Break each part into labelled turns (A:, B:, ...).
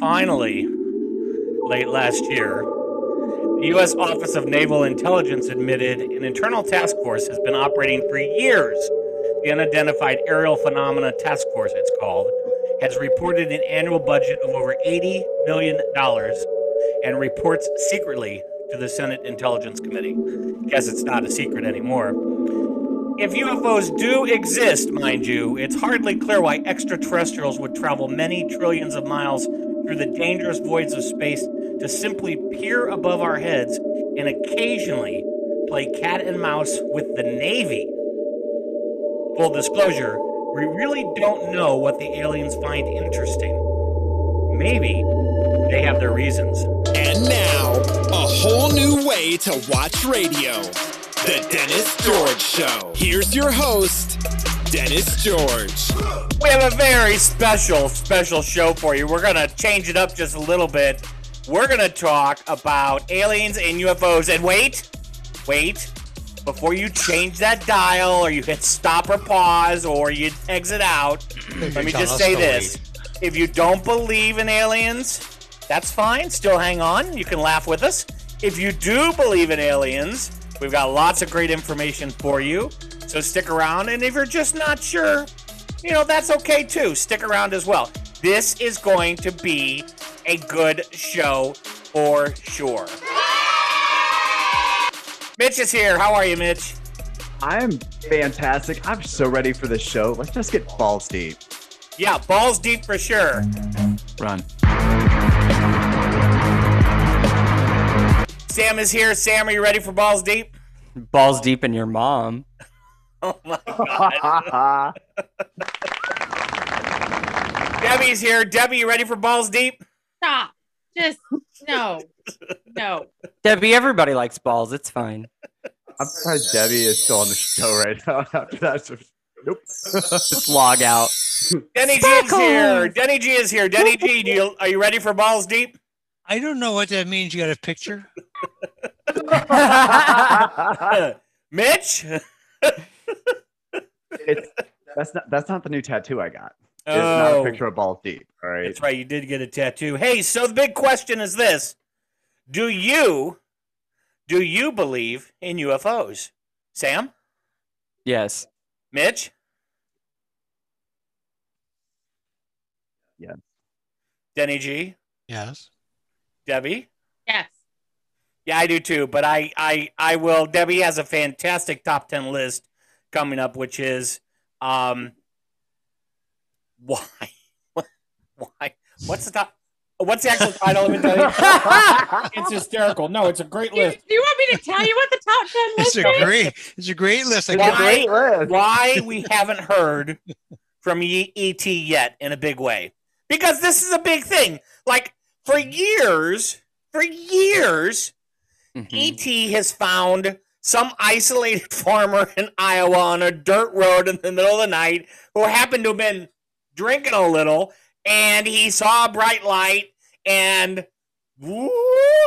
A: Finally, late last year, the U.S. Office of Naval Intelligence admitted an internal task force has been operating for years. The Unidentified Aerial Phenomena Task Force, it's called, has reported an annual budget of over $80 million and reports secretly to the Senate Intelligence Committee. Guess it's not a secret anymore. If UFOs do exist, mind you, it's hardly clear why extraterrestrials would travel many trillions of miles through the dangerous voids of space to simply peer above our heads and occasionally play cat and mouse with the Navy. Full disclosure, we really don't know what the aliens find interesting. Maybe they have their reasons.
B: And now, a whole new way to watch radio. The Dennis George Show. Here's your host, Dennis George.
A: We have a very special, special show for you. We're going to change it up just a little bit. We're going to talk about aliens and UFOs. And wait, wait, before you change that dial or you hit stop or pause or you exit out, let me just say this. If you don't believe in aliens, that's fine. Still hang on. You can laugh with us. If you do believe in aliens, we've got lots of great information for you. So stick around. And if you're just not sure, you know, that's okay too. Stick around as well. This is going to be a good show for sure. Mitch is here. How are you, Mitch?
C: I'm fantastic. I'm so ready for this show. Let's just get balls deep.
A: Yeah, balls deep for sure.
C: Run.
A: Sam is here. Sam, are you ready for balls deep?
D: balls deep in your mom.
A: Oh my God.
C: I'm
A: Debbie's here. Debbie, you ready for balls deep?
E: Stop. Just no. No.
D: Debbie, everybody likes balls. It's fine.
C: surprised Debbie is still on the show right now. After that, nope.
D: Just log out.
A: Denny G is
D: Sparkles.
A: here. Denny G is here. Denny G, do you, are you ready for balls deep?
F: I don't know what that means. You got a picture?
A: Mitch?
C: it's, that's not that's not the new tattoo I got. It's not a
A: Oh,
C: picture of balls deep. All right.
A: that's right. You did get a tattoo. Hey, so the big question is this: Do you, do you believe in UFOs? Sam,
D: Yes.
A: Mitch,
C: Yeah.
A: Denny G,
F: Yes.
A: Debbie.
E: Yes.
A: Yeah, I do too. But I, I, I will. Debbie has a fantastic top ten list coming up, which is um, why, why, what's the top? What's the actual title of it? Debbie? it's hysterical. No, it's a great
E: Do,
A: list.
E: do you want me to tell you what the top ten
F: It's
E: list
F: a
E: is?
F: great it's a great list. I
A: Why-
F: can't-
C: Great list.
A: Why we haven't heard from Ye- ET yet in a big way? Because this is a big thing. Like for years, for years,
G: Mm.
D: Mhm.
A: ET E has found some isolated farmer in Iowa on a dirt road in the middle of the night who happened to have been drinking a little and he saw a bright light and woo,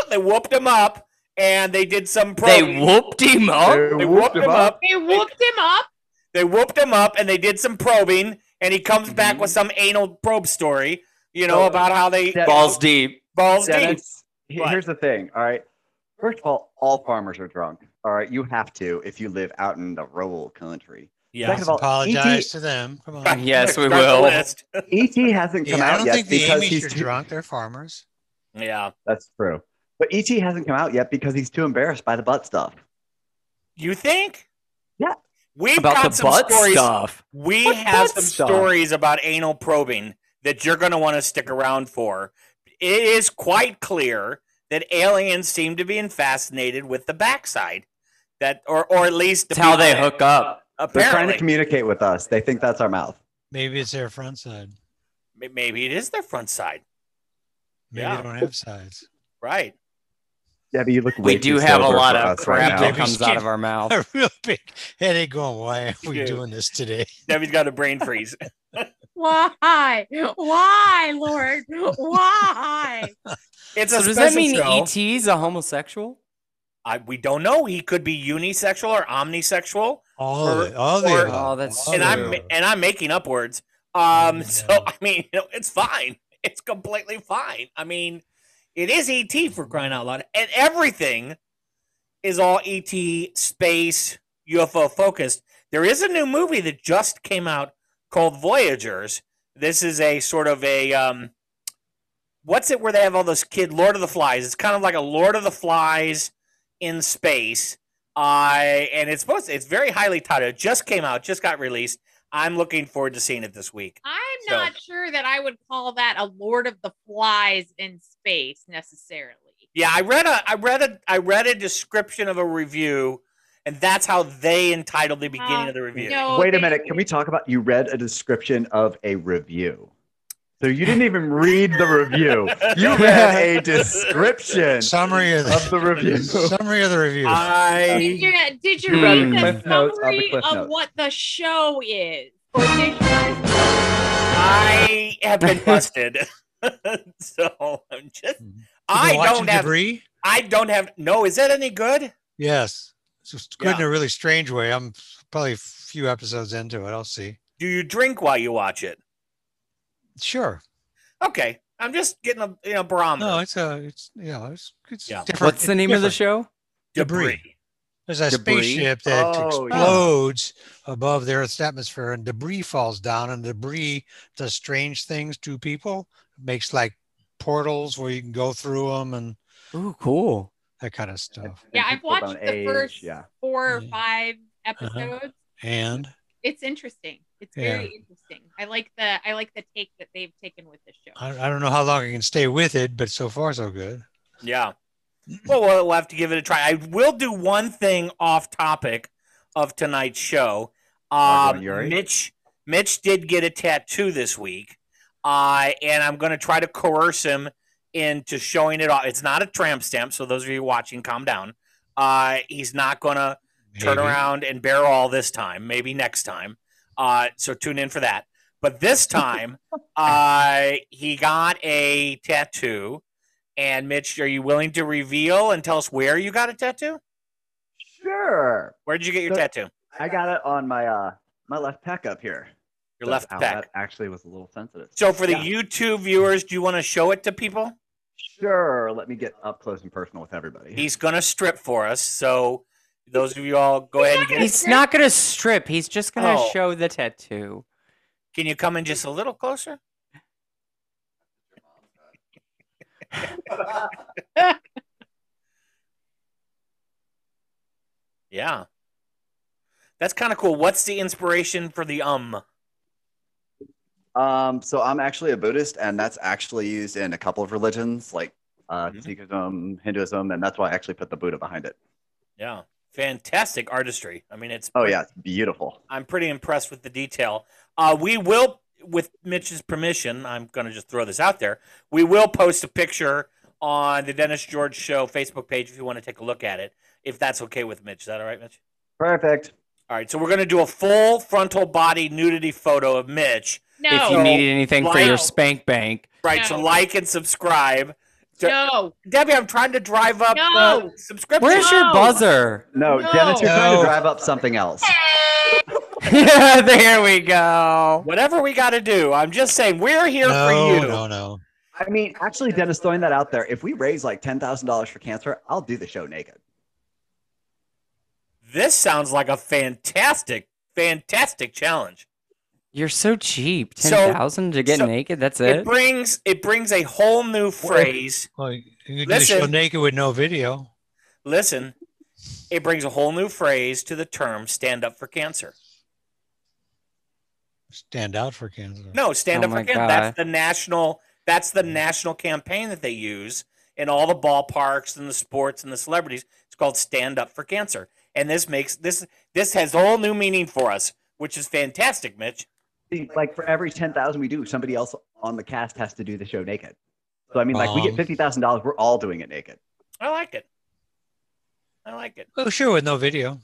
A: they whooped him up and they did some
D: They
A: probing.
D: whooped him up.
A: They whooped him up.
E: They whooped him up.
A: They whooped him up and they did some probing and he comes back
D: Mhm.
A: with some anal probe story, you know,
C: Oh,
A: about how they
C: that-
D: Balls deep.
A: balls deep.
C: Dennis, he-
A: What?
C: here's the thing. All right. First of all, all farmers are drunk. All right. You have to if you live out in the rural country.
A: Yeah.
C: Second of all, E
F: apologize
C: ET
F: to them. Come on.
D: Yes, we
A: Start the
D: will.
A: list.
C: ET E hasn't come
F: Yeah, I
C: out
F: don't
C: yet
F: think the
C: because
F: Amish
C: he's
F: are
C: too,
F: drunk. They're farmers.
A: Yeah.
C: That's true. But ET hasn't come out yet because he's too embarrassed by the butt stuff.
A: You think?
C: Yeah.
A: We've
D: About
A: got
D: the
A: some
D: butt
A: stories.
D: stuff.
A: We
D: What
A: have
D: butt
A: some
D: stuff?
A: stories about anal probing that you're going to want to stick around for. It is quite clear that aliens seem to be fascinated with the backside. That or or at least
D: It's how they
A: behind.
D: hook up.
C: They're trying to
A: Apparently,
C: communicate with us. They think that's our mouth.
F: Maybe it's their front side.
A: M- maybe it is their front side,
F: Maybe
A: Yeah.
F: they don't have sides.
A: right?
C: Debbie, you look.
D: We
C: way
D: do
C: too
D: have a
C: sober
D: lot
C: for
D: of
C: us right
D: crap that
C: now.
D: comes out of our mouth.
F: A real big headache going, why are we
A: Yeah.
F: doing this today?
A: Debbie's got a brain freeze.
E: Why? Why, Lord? Why?
A: It's a
D: So does that
A: special
D: mean E
A: show.
D: ET is a homosexual?
A: I, we don't know. He could be unisexual or omnisexual.
F: All
A: Or-
F: of it. All the
A: or-
F: above.
D: Oh, that's
F: All
A: and
F: the
A: I'm
F: above.
A: and I'm making up words. Um,
F: Yeah.
A: so I mean, you know, it's fine. it's completely fine. I mean, it is ET for crying out loud, and everything is all ET space UFO focused. There is a new movie that just came out called Voyagers. This is a sort of a um, what's it where they have all those kid Lord of the Flies? It's kind of like a Lord of the Flies in space. I and it's supposed it's very highly touted. It just came out, just got released. I'm looking forward to seeing it this week.
E: I'm
A: So-
E: not sure that I would call that a Lord of the Flies in space necessarily.
A: Yeah, I read a I read a I read a description of a review, and that's how they entitled the beginning
E: Uh,
A: of the review.
E: No,
C: Wait a
E: they-
C: minute. Can we talk about you read a description of a review? So you didn't even read the review. You read a description
F: Summary of
C: of
F: the
C: the review.
F: summary of the review.
E: Did
A: I
E: you, did you
C: You
E: read the
C: read the Hmm. Cliff Notes of the
E: summary
C: Cliff
E: of,
C: Notes.
E: what the show is? Or did you-
A: I have been busted, so I'm just I
F: You've been watching
A: don't have
F: debris.
A: I don't have no. Is that any good?
F: Yes, it's just good in
A: Yeah.
F: a really strange way. I'm probably a few episodes into it. I'll see.
A: Do you drink while you watch it?
F: Sure.
A: Okay, I'm just getting a you know barometer.
F: No, it's a it's you know it's, it's
A: Yeah.
F: different.
D: What's the name of the show?
F: debris. There's a
D: Debris?
F: spaceship that
C: Oh, yeah.
F: explodes above the Earth's atmosphere, and debris falls down, and debris does strange things to people. It makes like portals where you can go through them and
D: Ooh, cool.
F: that kind of stuff.
E: Yeah, I've
C: People about
E: watched the
C: age,
E: first
C: Yeah.
E: four or
C: Hmm.
F: Yeah.
E: five
C: Uh-huh.
E: episodes.
F: And
E: It's interesting. It's
F: Yeah.
E: very interesting. I like the I like the take that they've taken with this show.
F: I, I don't know how long I can stay with it, but so far so good.
A: Yeah. Well, well, we'll have to give it a try. I will do one thing off topic of tonight's show.
C: Margot
A: Um,
C: and Yuri?
A: Mitch, Mitch did get a tattoo this week, uh, and I'm going to try to coerce him into showing it off. It's not a tramp stamp, so those of you watching, calm down. Uh, he's not going to turn
F: Maybe.
A: around and bear all this time, maybe next time. Uh, so tune in for that. But this time, uh, he got a tattoo. And Mitch, are you willing to reveal and tell us where you got a tattoo?
C: Sure.
A: Where did you get your
C: The-
A: tattoo?
C: I got it on my uh my left pec up here.
A: Your left
C: Ow,
A: back.
C: That actually was a little sensitive.
A: So for the
C: Yeah.
A: YouTube viewers, do you want to show it to people?
C: Sure. Let me get up close and personal with everybody.
A: He's gonna strip for us. So those of you all, go ahead and get.
D: He's not gonna strip. He's just gonna
A: Oh.
D: show the tattoo.
A: Can you come in just a little closer? Yeah, that's kind of cool. What's the inspiration for the um?
C: Um, so I'm actually a Buddhist, and that's actually used in a couple of religions, like uh,
A: Mhm.
C: Sikhism, Hinduism, and that's why I actually put the Buddha behind it.
A: Yeah, fantastic artistry. I mean, it's
C: Oh yeah, it's beautiful.
A: I'm pretty impressed with the detail. Uh, we will, with Mitch's permission, I'm going to just throw this out there. We will post a picture on the Dennis George Show Facebook page if you want to take a look at it, if that's okay with Mitch. Is that all right, Mitch?
C: Perfect.
A: All right. So we're going to do a full frontal body nudity photo of Mitch.
E: No,
D: If you needed anything for
A: Wow.
D: your spank bank,
A: Right. So
E: No.
A: like and subscribe.
E: no,
A: Debbie, I'm trying to drive up
E: No.
A: the subscription.
D: where's
E: No.
D: your buzzer?
C: No,
E: No.
C: Dennis, you're trying
F: No.
C: to drive up something else.
D: yeah, there we go.
A: Whatever we got to do. I'm just saying, we're here for
F: no,
A: you.
F: no, no.
C: I mean, actually, Dennis, throwing that out there, if we raise like ten thousand dollars for cancer, I'll do the show naked.
A: This sounds like a fantastic, fantastic challenge.
D: You're so cheap.
A: So-
D: Ten thousand to get
A: so-
D: naked. That's
A: it,
D: it.
A: brings it brings a whole new phrase.
F: Well, you could do the show
A: Listen.
F: naked with no video.
A: Listen, it brings a whole new phrase to the term "stand up for cancer."
F: Stand out for cancer.
A: No, stand
D: Oh
A: up for
D: my
A: cancer. That's the national. That's the national campaign that they use in all the ballparks and the sports and the celebrities. It's called "Stand Up for Cancer," and this makes this this has whole new meaning for us, which is fantastic, Mitch.
C: See, like for every ten thousand we do, somebody else on the cast has to do the show naked. So I mean, like we
F: Um.
C: get fifty thousand dollars, we're all doing it naked.
A: I like it. I like it.
F: Oh, sure, with no video.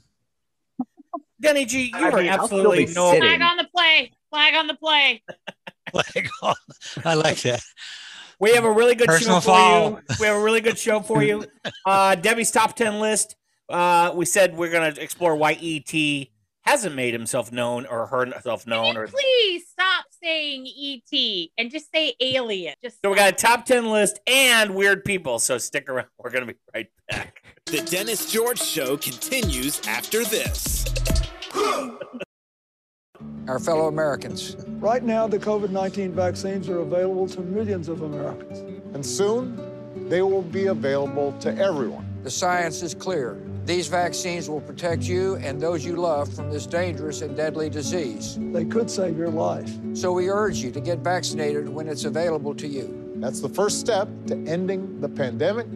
A: Denny G, you
C: I
A: are
C: mean, I'll still
A: absolutely
C: be
A: no.
C: sitting.
E: flag on the play. Flag on the play.
F: Like, oh, I like that.
A: We have a really good show
F: Personal
A: for
F: foul.
A: you. We have a really good show for you. Uh, Debbie's top ten list. Uh, we said we're gonna explore why ET hasn't made himself known or herself known. Or
E: Please stop saying ET and just say alien. Just
A: so we got a top ten list and weird people. So stick around. We're gonna be right back.
B: The Dennis George Show continues after this.
H: our fellow Americans.
I: Right now, the COVID 19 vaccines are available to millions of Americans.
J: and soon they will be available to everyone.
H: The science is clear. These vaccines will protect you and those you love from this dangerous and deadly disease.
I: They could save your life.
H: So we urge you to get vaccinated when it's available to you.
J: That's the first step to ending the pandemic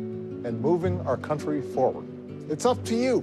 J: and moving our country forward. It's up to you.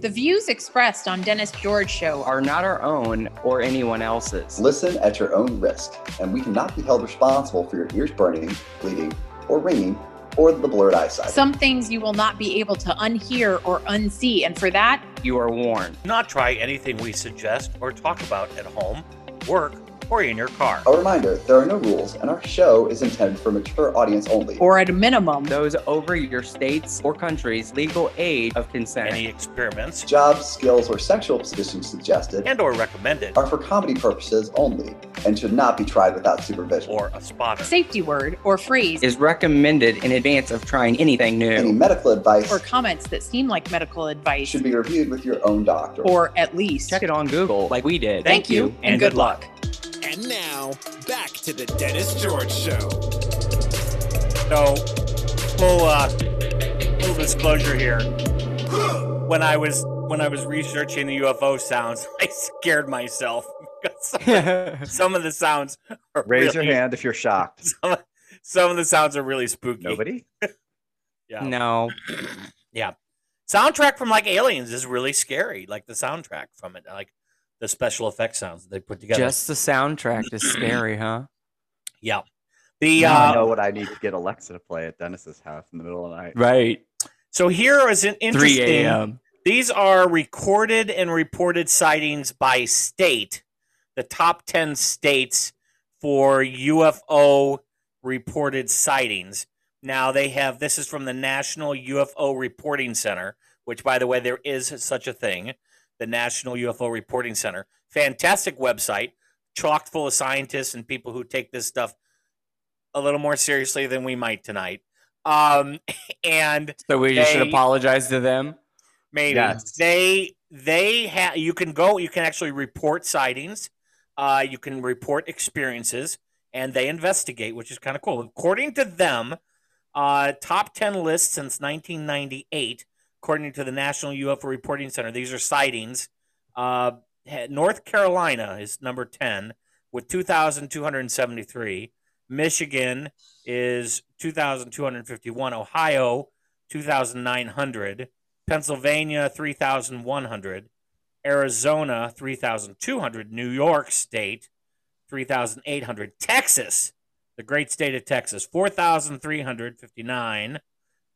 E: The views expressed on Dennis George Show
G: are not our own or anyone else's.
K: Listen at your own risk, and we cannot be held responsible for your ears burning, bleeding, or ringing, or the blurred eyesight.
E: some things you will not be able to unhear or unsee, and for that,
G: You are warned.
A: Do not try anything we suggest or talk about at home, work, or in your car.
K: a reminder there are no rules, and our show is intended for mature audience only.
E: or at a minimum,
G: Those over your state's or country's legal age of consent.
A: Any experiments
K: Jobs, skills, or sexual positions suggested
A: and or recommended
K: are for comedy purposes only and should not be tried without supervision.
A: or a spotter.
E: safety word or phrase,
G: is recommended in advance of trying anything
K: Any
G: new.
K: medical advice
E: or comments that seem like medical advice,
K: should be reviewed with your own doctor.
E: or at least.
G: Check it on Google like we did.
A: Thank you, and good luck.
B: And now, back to the Dennis George Show.
A: So, full uh, full disclosure here. When I was when I was researching the UFO sounds, I scared myself because some- some of the sounds are
C: Raise your
A: really-
C: hand if you're shocked.
A: Some, some of the sounds are really spooky.
C: Nobody?
A: Yeah.
G: No.
A: Soundtrack from like Aliens is really scary. Like the soundtrack from it, like the special effects sounds that they put together.
D: Just the soundtrack is scary, huh?
A: yeah. The
C: Now I
A: uh,
C: know what I need to get Alexa to play at Dennis's house in the middle of the night.
D: Right.
A: so here is an
D: 3
A: interesting.
D: a.m.
A: These are recorded and reported sightings by state, the top 10 states for UFO reported sightings. Now, they have this is from the National UFO Reporting Center, which, by the way, there is such a thing the National UFO Reporting Center. Fantastic website, chocked full of scientists and people who take this stuff a little more seriously than we might tonight. Um, and
D: So we just should
A: They-
D: apologize to them.
A: maybe
C: Yes.
A: they they have you can go you can actually report sightings uh, you can report experiences and they investigate which is kind of cool according to them uh, top 10 list since 1998 according to the national ufo reporting center these are sightings uh, ha- north carolina is number 10 with 2273 michigan is 2251 ohio 2900 Pennsylvania 3,100, Arizona 3,200, New York State 3,800, Texas, the great state of Texas 4,359,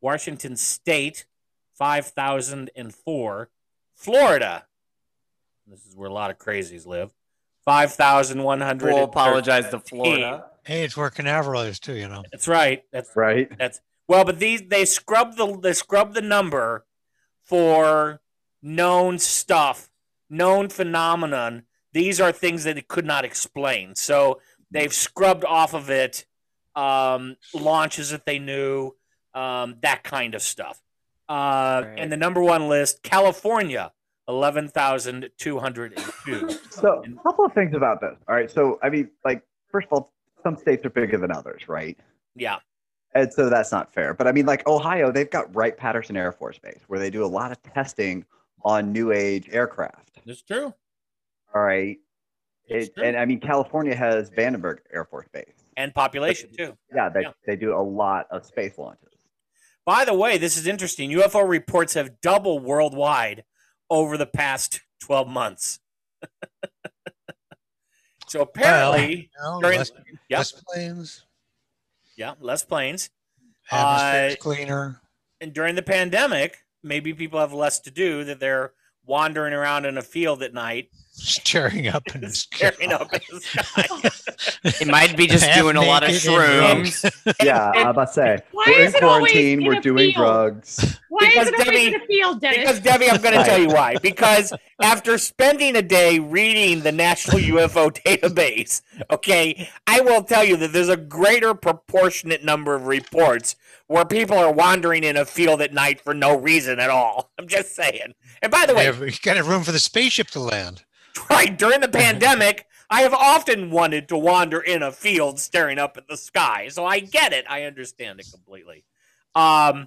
A: Washington State 5,004, Florida, this is where a lot of crazies live, 5,100.
D: We'll apologize to Florida.
F: Hey, it's where Canaveral is too, you know.
A: That's right. That's
C: Right?
A: well, but these they scrub the they scrub the number for known stuff, known phenomenon. These are things that it could not explain. So they've scrubbed off of it um, launches that they knew, um, that kind of stuff. Uh,
D: Right.
A: And the number one list, California, eleven thousand two hundred and two.
C: So, a couple of things about this. All right. So, I mean, like, first of all, some states are bigger than others, right?
A: yeah,
C: And so that's not fair. But I mean, like Ohio, they've got Wright Patterson Air Force Base where they do a lot of testing on new age aircraft.
A: that's true.
C: All right. It, and I mean, California has Vandenberg Air Force Base.
A: And population too.
C: Yeah, they,
A: Yeah.
C: they do a lot of space launches.
A: By the way, this is interesting. UFO reports have doubled worldwide over the past 12 months. so apparently,
F: You know,
A: during-
F: less,
A: yeah,
F: less planes,
A: yeah, less planes.
F: atmosphere's
A: Uh,
F: cleaner.
A: And during the pandemic, maybe people have less to do that they're wandering around in a field at night
F: staring up in the sky.
A: Staring up in the
D: sky. it might be just
F: Half
D: doing a lot of
F: naked and
D: shrooms.
C: yeah, I'm about to say
E: Why
C: we're
E: is
C: in
E: it always
C: quarantine.
E: in
C: We're
E: a
C: doing
E: field?
C: drugs.
E: Why is
A: Because
E: it always
A: Debbie-
E: in the field, Dennis?
A: Because Debbie, I'm going to
C: Right.
A: tell you why. Because after spending a day reading the National UFO Database, okay, I will tell you that there's a greater proportionate number of reports where people are wandering in a field at night for no reason at all. I'm just saying. And by the
F: They
A: way,
F: have, you got room for the spaceship to land.
A: right during the pandemic, I have often wanted to wander in a field staring up at the sky. So I get it. I understand it completely. Um,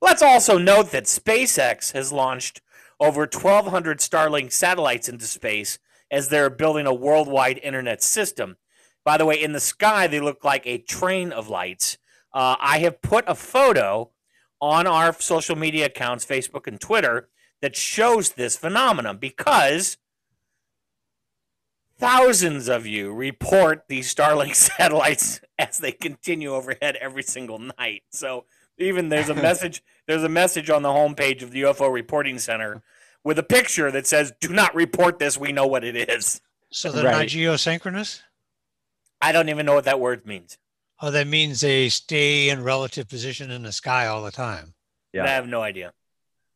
A: let's also note that SpaceX has launched over 1,200 Starlink satellites into space as they're building a worldwide internet system. By the way, in the sky, they look like a train of lights. Uh, I have put a photo on our social media accounts, Facebook and Twitter, that shows this phenomenon because thousands of you report these Starlink satellites as they continue overhead every single night. So even there's a message there's a message on the homepage of the UFO Reporting Center with a picture that says, "Do not report this. We know what it is."
F: So they're not
D: Right.
F: geosynchronous?
A: I don't even know what that word means.
F: Oh, that means they stay in relative position in the sky all the time.
A: I
C: Yeah,
A: have no idea.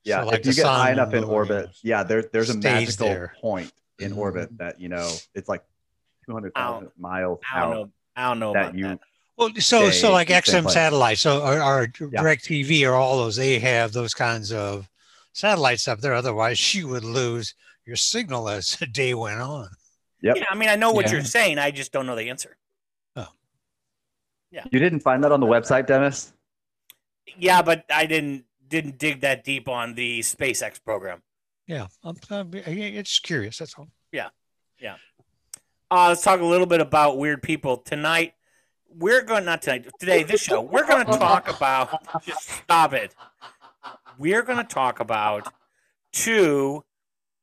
C: yeah.
F: So like
C: if
F: the
C: you get
F: sun
C: high
F: and
C: enough in
F: moon
C: orbit, yeah, there, there's a
F: stays
C: magical
F: there.
C: point in
F: Mhm.
C: orbit that you know it's like 200,000 miles
A: I don't
C: out
A: know. I don't know
C: that
A: about
C: you
A: that.
F: Well, so
C: Stay
F: so like
C: in the same
F: XM
C: place.
F: satellites, so or, or
C: Yeah.
F: Direct TV or all those, they have those kinds of satellites up there. Otherwise, you would lose your signal as the day went on.
C: Yep.
A: Yeah, I mean, I know what
D: Yeah.
A: you're saying. I just don't know the answer.
C: You didn't find that on the website, Dennis?
A: Yeah, but I didn't didn't dig that deep on the SpaceX program.
F: Yeah, I'm, I'm, it's just curious. That's all.
A: Uh, let's talk a little bit about weird people tonight. We're going not tonight today. This show we're going to talk about. Just stop it. We're going to talk about two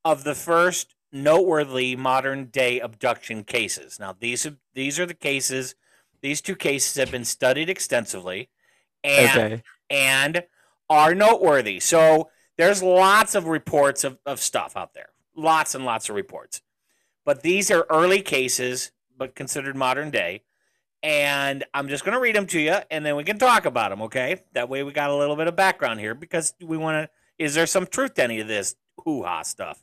A: of the first noteworthy modern day abduction cases. Now these are these are the cases. These two cases have been studied extensively, and
D: Okay.
A: and are noteworthy. So there's lots of reports of, of stuff out there, lots and lots of reports. But these are early cases, but considered modern day. And I'm just going to read them to you and then we can talk about them, okay? That way we got a little bit of background here because we want to. Is there some truth to any of this hoo ha stuff?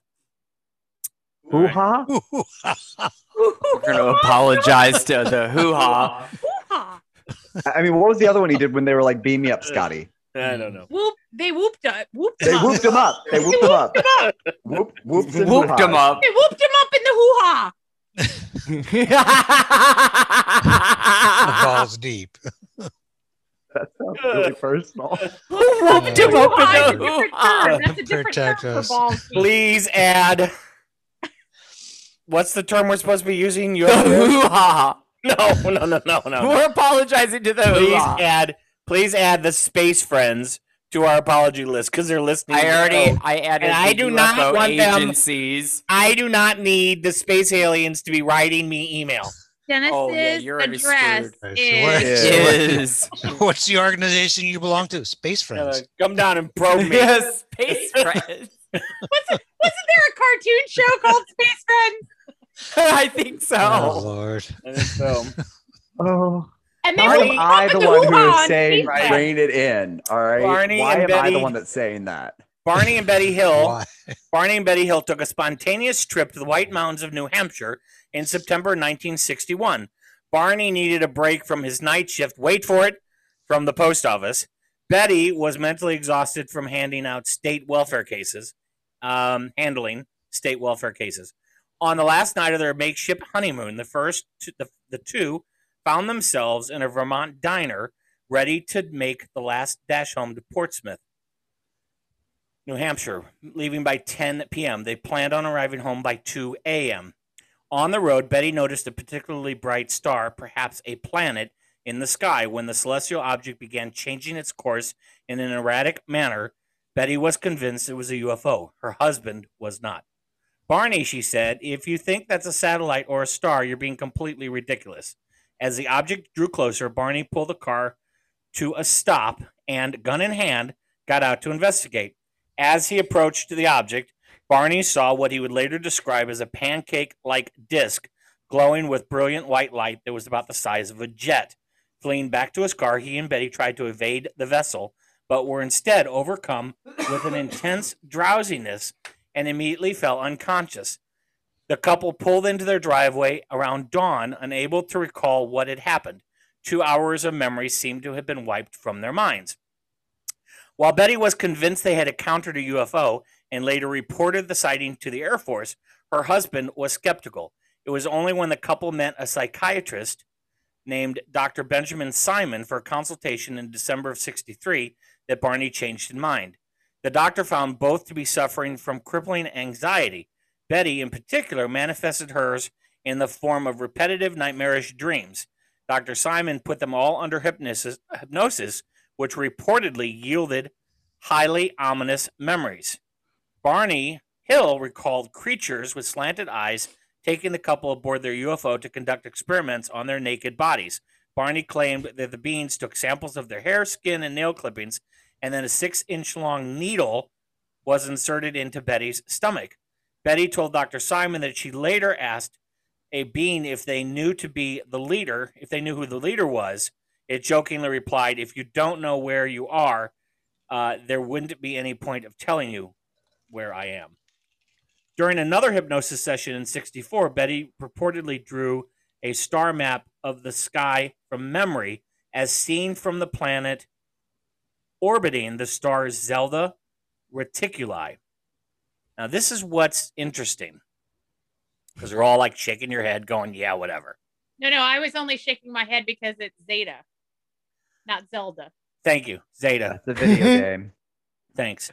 C: Hoo ha!
D: We're going to apologize to the hoo ha.
E: Hoo-ha.
C: I mean, what was the other one he did when they were like, "Beam me up, Scotty"?
A: I don't know.
E: Whoop! They whooped. Uh, whooped
C: They
E: him
C: whooped him up. They whooped him up. Whoop, whooped and
D: Whooped him
C: hoo-ha's.
D: up.
E: up. They whooped him up in the hoo ha.
F: The balls deep.
C: That sounds really personal.
A: Who whooped him up Oh,
E: Hoo-ha is
A: in
E: a different term.
A: the hoo-ha?
E: That's a different
F: Protect
E: term
F: us.
E: for balls.
A: Please add. What's the term we're supposed to be using? You
D: The hoo ha.
A: no, no, no, no, no.
D: We're apologizing to the hoo
A: Please
D: ha.
A: add, please add the space friends to our apology list because they're listening.
D: I
A: to the
D: already
A: show.
D: I added
A: And I
D: the
A: do
D: UFO
A: not want them-
D: agencies.
A: I do not need the space aliens to be writing me email.
E: Dennis's
D: Oh, yeah, you're already
E: address
D: screwed.
F: Right,
E: is.
F: so
C: Yeah.
D: Is
F: What's the organization you belong to? Space Friends.
A: Uh, come down and probe me.
D: yes, space friends.
E: Wasn't there a cartoon show called Space Friends?
D: I think so.
F: oh Lord!
A: I think so.
C: Oh,
E: And they
C: why
E: whooped
C: am
E: him up
C: I
E: in
C: the
E: the
C: one
E: hoo-ha
C: who is
E: on
C: saying
E: Space
D: Right.
E: Friends.
C: rein it in? All right.
A: Barney
C: why
A: and
C: am I
A: Betty.
C: the one that's saying that?
A: Barney and Betty Hill.
F: Why?
A: Barney and Betty Hill took a spontaneous trip to the White Mountains of New Hampshire in September 1961. Barney needed a break from his night shift, wait for it, from the post office. Betty was mentally exhausted from handing out state welfare cases, um, handling state welfare cases. On the last night of their makeshift honeymoon, the first, t- the, the two found themselves in a Vermont diner ready to make the last dash home to Portsmouth. New Hampshire, leaving by 10 p.m. They planned on arriving home by 2 a.m. On the road, Betty noticed a particularly bright star, perhaps a planet, in the sky. When the celestial object began changing its course in an erratic manner, Betty was convinced it was a UFO. Her husband was not. Barney, she said, if you think that's a satellite or a star, you're being completely ridiculous. As the object drew closer, Barney pulled the car to a stop and, gun in hand, got out to investigate. As he approached the object, Barney saw what he would later describe as a pancake like disc glowing with brilliant white light that was about the size of a jet. Fleeing back to his car, he and Betty tried to evade the vessel, but were instead overcome with an intense drowsiness and immediately fell unconscious. The couple pulled into their driveway around dawn, unable to recall what had happened. Two hours of memory seemed to have been wiped from their minds. While Betty was convinced they had encountered a UFO and later reported the sighting to the Air Force, her husband was skeptical. It was only when the couple met a psychiatrist named Dr. Benjamin Simon for a consultation in December of 63 that Barney changed his mind. The doctor found both to be suffering from crippling anxiety. Betty, in particular, manifested hers in the form of repetitive nightmarish dreams. Dr. Simon put them all under hypnosis, hypnosis which reportedly yielded highly ominous memories. Barney Hill recalled creatures with slanted eyes taking the couple aboard their UFO to conduct experiments on their naked bodies. Barney claimed that the beings took samples of their hair, skin, and nail clippings, and then a six inch long needle was inserted into Betty's stomach. Betty told Dr. Simon that she later asked a being if they knew to be the leader, if they knew who the leader was. It jokingly replied, If you don't know where you are, uh, there wouldn't be any point of telling you where I am. During another hypnosis session in 64, Betty purportedly drew a star map of the sky from memory as seen from the planet orbiting the star Zelda Reticuli. Now, this is what's interesting because you're all like shaking your head, going, yeah, whatever.
E: No, no, I was only shaking my head because it's Zeta, not Zelda.
A: Thank you, Zeta.
C: That's a video game.
A: Thanks.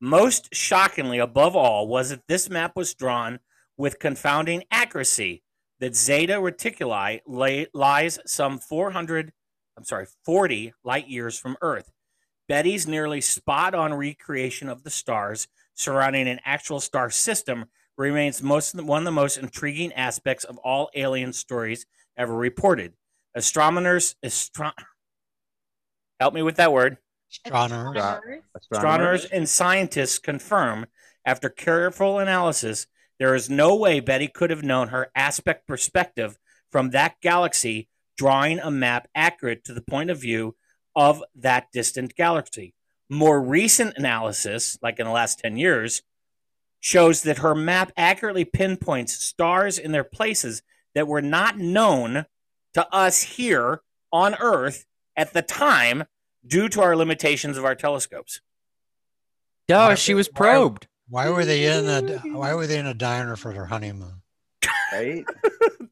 A: Most shockingly, above all, was that this map was drawn with confounding accuracy. That Zeta Reticuli lay, lies some 400, I'm sorry, 40 light years from Earth. Betty's nearly spot on recreation of the stars surrounding an actual star system remains most, one of the most intriguing aspects of all alien stories ever reported. Astronomers, astro- help me with that word.
F: Astronomers.
A: Astronomers and scientists confirm, after careful analysis, there is no way Betty could have known her aspect perspective from that galaxy, drawing a map accurate to the point of view of that distant galaxy. More recent analysis, like in the last 10 years, shows that her map accurately pinpoints stars in their places that were not known to us here on Earth at the time due to our limitations of our telescopes.
D: No, she was probed.
F: Why were they in a Why were they in a diner for their honeymoon?
C: Right?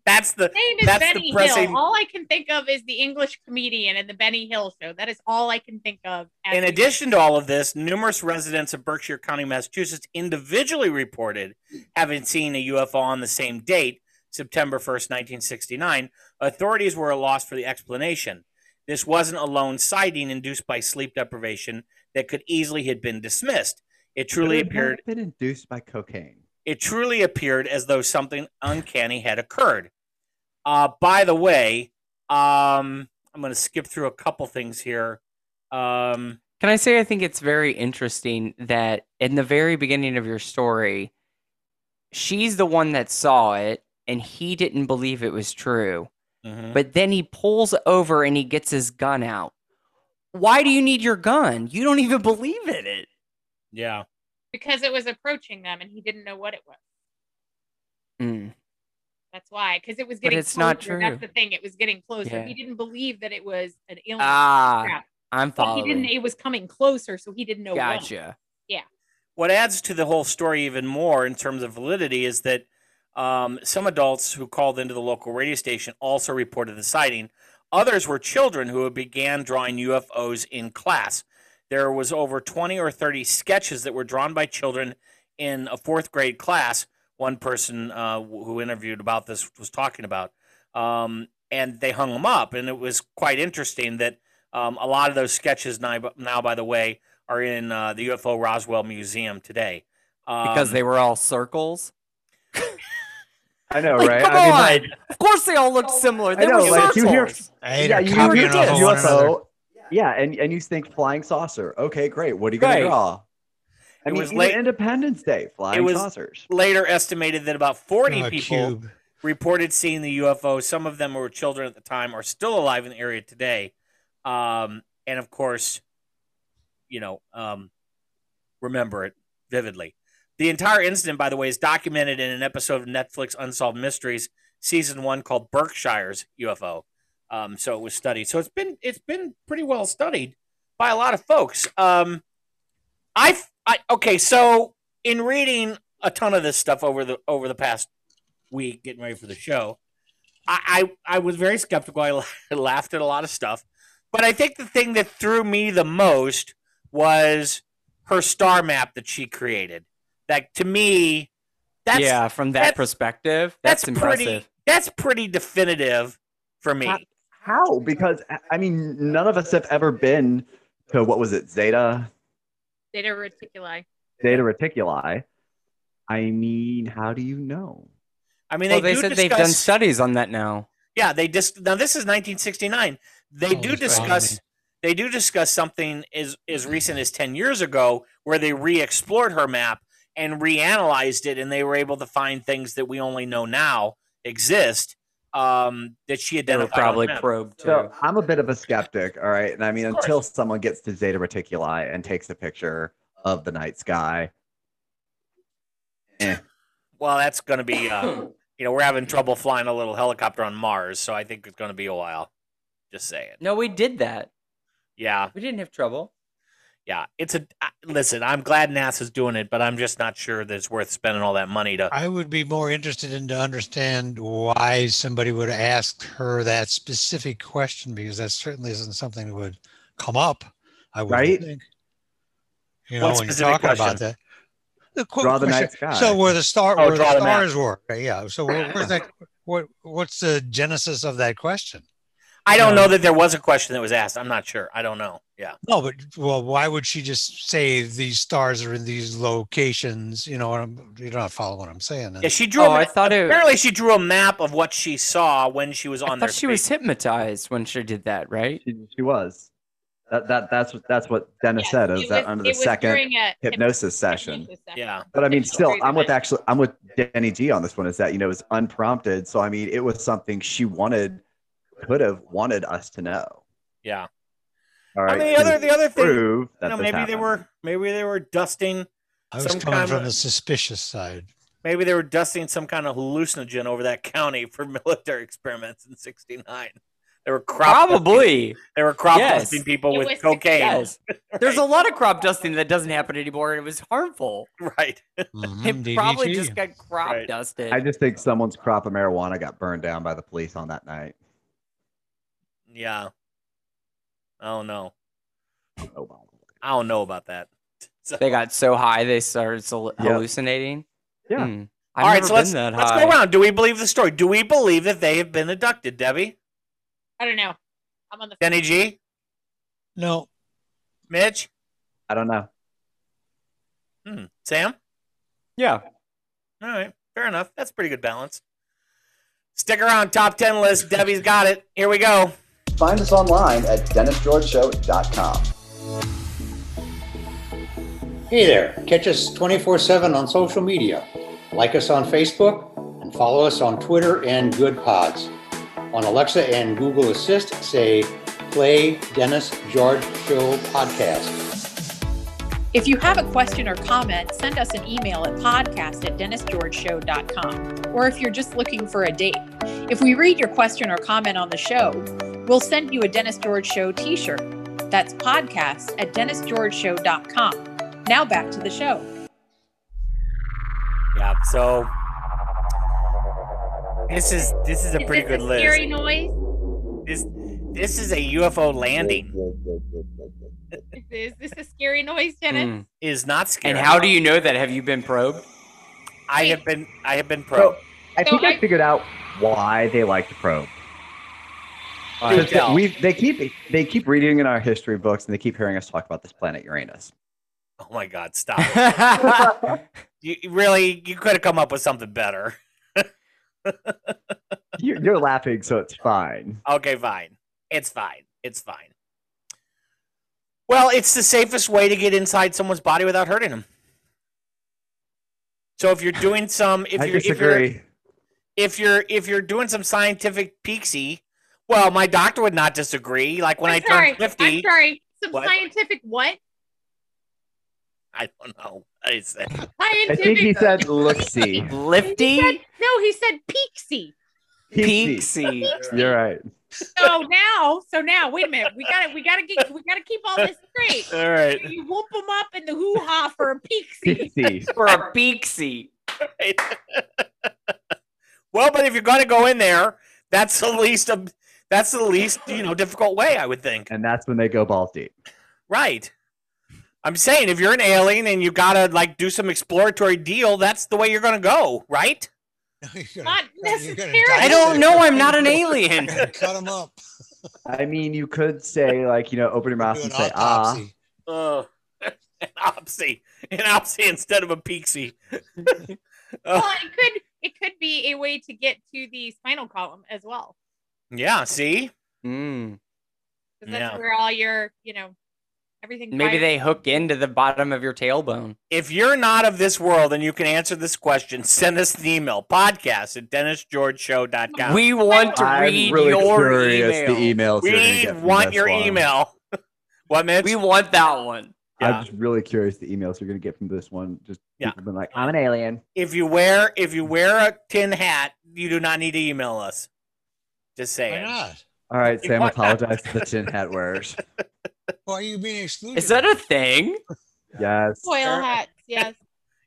A: That's the
E: His name is
A: that's
E: Benny
A: the pressing
E: Hill. All I can think of is the English comedian and the Benny Hill show. That is all I can think of. as
A: In
E: a-
A: addition to all of this, numerous residents of Berkshire County, Massachusetts, individually reported having seen a UFO on the same date, September 1st, 1969. Authorities were at a loss for the explanation. This wasn't a lone sighting induced by sleep deprivation that could easily have been dismissed. It truly
C: Could have
A: appeared
C: Been induced by cocaine.
A: it truly appeared as though something uncanny had occurred. Uh, by the way, um, I'm going to skip through a couple things here. Um,
G: Can I say I think it's very interesting that in the very beginning of your story, she's the one that saw it and he didn't believe it was true.
C: Mm-hmm.
A: mhm.
G: But then he pulls over and he gets his gun out. Why do you need your gun? You don't even believe in it.
A: yeah,
E: because it was approaching them and he didn't know what it was.
G: Mm.
E: That's why, because it was getting.
G: it's not
E: closer.
G: true.
E: That's the thing. It was getting closer.
G: Yeah.
E: He didn't believe that it was an alien.
G: Ah,
E: crap.
G: I'm
E: But he didn't.
G: following.
E: It was coming closer, so he didn't know. what.
G: Gotcha.
A: what adds to the whole story even more in terms of validity is that um, some adults who called into the local radio station also reported the sighting. Others were children who began drawing UFOs in class. There was over 20 or 30 sketches that were drawn by children in a fourth grade class. One person uh, who interviewed about this was talking about, um, and they hung them up, and it was quite interesting that um, a lot of those sketches now, now by the way, are in uh, the UFO Roswell Museum today. Um,
G: Because they were all circles.
C: I know,
G: Like,
C: right?
G: Come
C: I mean,
G: on.
C: like,
G: of course they all look similar. They
C: I know,
G: were
C: like you hear
G: circles.
F: I hate
C: yeah,
F: her
C: you
G: copy
C: hear
G: it is.
F: over one another.
C: UFO. Yeah, and, and you think flying saucer. Okay, great. What are you gonna
A: Right.
C: draw? I
A: It
C: mean,
A: was
C: even
A: late-
C: Independence Day, flying
A: it was
C: saucers.
A: later estimated that about 40
F: Ah, uh,
C: Oh, a
A: people
C: cube.
A: reported seeing the UFO. Some of them were children at the time, are still alive in the area today. Um, and of course, you know, um, remember it vividly. The entire incident, by the way, is documented in an episode of Netflix Unsolved Mysteries, season one, called Berkshire's UFO. Um, so it was studied. So it's been it's been pretty well studied by a lot of folks. Um, I, I okay. So in reading a ton of this stuff over the over the past week, getting ready for the show, I I, I was very skeptical. I laughed at a lot of stuff, but I think the thing that threw me the most was her star map that she created. That to me, that's
G: yeah, from that
A: that's-
G: perspective,
A: that's,
G: that's, impressive.
A: pretty. That's pretty definitive for
G: Uh,
A: me.
C: How? Because I- I mean, none of us have ever been to what was it, Zeta,
E: Theta reticuli.
C: Zeta Reticuli. I mean, how do you know?
A: I mean,
G: well,
A: they,
G: they,
A: do
G: said
A: discuss,
G: they've done studies on that now.
A: Yeah, they just now this is 1969. They do discuss they do discuss something as as recent as 10 years ago where they re-explored her map and reanalyzed it and they were able to find things that we only know now exist um, that she
G: They were
A: identified. on
G: probably
A: the map.
G: probed too.
C: So I'm a bit of a skeptic, all right. And I mean,
A: Of course.
C: until someone gets to Zeta Reticuli and takes a picture of the night sky,
A: Well, that's going to be uh, you know, we're having trouble flying a little helicopter on Mars, so I think it's going to be a while. Just saying.
G: No, we did that.
A: Yeah.
G: We didn't have trouble.
A: Yeah, it's a I- listen. I'm glad NASA's doing it, but I'm just not sure that it's worth spending all that money to.
F: I would be more interested in to understand why somebody would ask her that specific question because that certainly isn't something that would come up. I would
C: Right?
F: think. You know,
C: What
F: when you're
C: specific
F: talking about
C: question?
F: that. The qu-
C: Draw the
F: question-
C: night sky.
F: So where the star,
C: Oh,
F: where
C: draw
F: the
C: the map.
F: stars were, right, yeah. So where, where's that? What what's the genesis of that question?
A: I don't
F: Um,
A: know that there was a question that was asked. I'm not sure. I don't know. Yeah.
F: No, but well, why would she just say these stars are in these locations? You know, what I'm, you're not following what I'm saying.
A: Yeah, she drew.
G: Oh,
A: a,
G: I thought it-
A: apparently she drew a map of what she saw when she was
G: I
A: on there.
G: thought she was hypnotized when she did that, right?
C: she, she was. That, that that's what that's what Dennis said is
E: it
C: that
E: was-
C: under
E: it
C: the
E: was
C: second
E: during a
C: hypnosis session.
A: Yeah.
C: But I mean, still,
E: during the
C: I'm with
E: night.
C: actually, I'm with Danny G on this one. Is that you know it's unprompted, so I mean, it was something she wanted, could have wanted us to know.
A: Yeah. I
C: All right.
A: mean, the other
C: to
A: the other thing. You
C: prove that
A: know,
C: this
A: maybe they
C: happened.
A: were maybe they were dusting
F: I was
A: some
F: coming
A: kind
F: from the
A: of
F: suspicious side.
A: maybe they were dusting some kind of hallucinogen over that county for military experiments in '69. They were crop
G: Probably.
A: they were crop
G: Yes.
A: dusting people
E: It
A: with
E: was
A: cocaine.
G: Yes. There's a lot of crop dusting that doesn't happen anymore, and it was harmful.
A: Right.
C: Mm,
F: Mhm,
G: it probably
F: DDT.
G: just got crop
A: Right.
G: dusted.
C: I just think someone's crop of marijuana got burned down by the police on that night.
A: Yeah. I don't know.
C: Oh, wow.
A: I don't know about that. So-
G: they got so high they started sol-
C: Yeah.
G: hallucinating.
C: Yeah.
G: Hmm. I've
A: All right,
G: never
A: so let's
G: been that
A: let's
G: high.
A: go around. Do we believe the story? Do we believe that they have been abducted, Debbie?
E: I don't know. I'm on the
A: Denny G,
F: No,
A: Mitch,
C: I don't know.
A: hmm. Sam.
G: Yeah.
A: All right, fair enough. That's pretty good balance. Stick around. Top ten list. Debbie's got it. Here we go.
K: Find us online at DennisGeorgeShow.com.
L: Hey there, catch us 24 7 on social media. Like us on Facebook and follow us on Twitter and Good Pods. On Alexa and Google Assist, say Play Dennis George Show Podcast.
E: If you have a question or comment, send us an email at podcast at dennisgeorgeshow.com or if you're just looking for a date. If we read your question or comment on the show, we'll send you a Dennis George Show t shirt. That's podcast at dennisgeorgeshow.com. Now back to the show.
A: Yeah. So this is this is a pretty good list.
E: noise.
A: This this is a UFO landing.
E: Is this a scary noise,
G: Hmm.
A: Is not scary.
G: And how do you know that? Have you been probed?
A: I have been I have been
C: So
A: probed.
C: I
E: So
C: think I,
E: I-
C: figured out why they like to probe.
A: Do
C: Because
A: tell.
C: we they keep they keep reading in our history books and they keep hearing us talk about this planet Uranus.
A: Oh my God! Stop. it. You you really you could have come up with something better.
C: You're, you're laughing, so it's fine.
A: Okay, fine. It's fine. It's fine. Well, it's the safest way to get inside someone's body without hurting them. So if you're doing some, if
C: I
A: you're,
C: disagree.
A: If you're, if you're if you're doing some scientific peeksy, well, my doctor would not disagree. Like when I
M: I'm
A: turned
M: sorry.
A: fifty,
M: I'm sorry. Some
A: What?
M: scientific what?
A: I don't know. I said.
M: Scientific.
C: look see.
G: Lifty?
M: He said- no, he said peaksy.
G: Peaksy.
C: You're right.
M: So now, so now, wait a minute. We gotta, we gotta get, we gotta keep all this straight.
A: All right.
M: You whoop them up in the hoo ha for a peaksy.
G: For a peaksy.
A: Well, but if you're going to go in there, that's the least of that's the least you know difficult way, I would think.
C: And that's when they go balls deep.
A: Right. I'm saying if you're an alien and you gotta like do some exploratory deal, that's the way you're gonna go, right?
M: Not necessarily.
G: I don't know. I'm not an alien.
F: Cut him up.
C: I mean, you could say like you know, open your mouth and say ah.
A: Uh, an opsy, an opsy instead of a peaksy.
M: Well, it could, it could be a way to get to the spinal column as well,
A: Yeah. See.
C: Hmm.
G: Mm.
M: 'Cause that's
G: Yeah.
M: where all your, you know, everything.
G: Maybe
M: fires-
G: they hook into the bottom of your tailbone.
A: If you're not of this world and you can answer this question, send us an email podcast at dennisgeorgeshow.com.
G: We want to
C: "Ah, I'm
G: read
C: really
G: your
C: curious
G: email.
C: the emails you're gonna
A: We
C: get from
A: want
C: this
A: your
C: one.
A: email. What, Mitch?
G: We want that one.
C: I'm just really curious the emails you're gonna get from this one. Just
A: Yeah.
C: people been like, I'm an alien.
A: If you wear if you wear a tin hat, you do not need to email us. Just saying.
C: All right,
A: You
C: Sam,
A: want that.
C: apologize to the tin hat wearers.
F: Why are you being excluded?
G: Is that a thing?
C: Yes.
M: foil hats? Yes.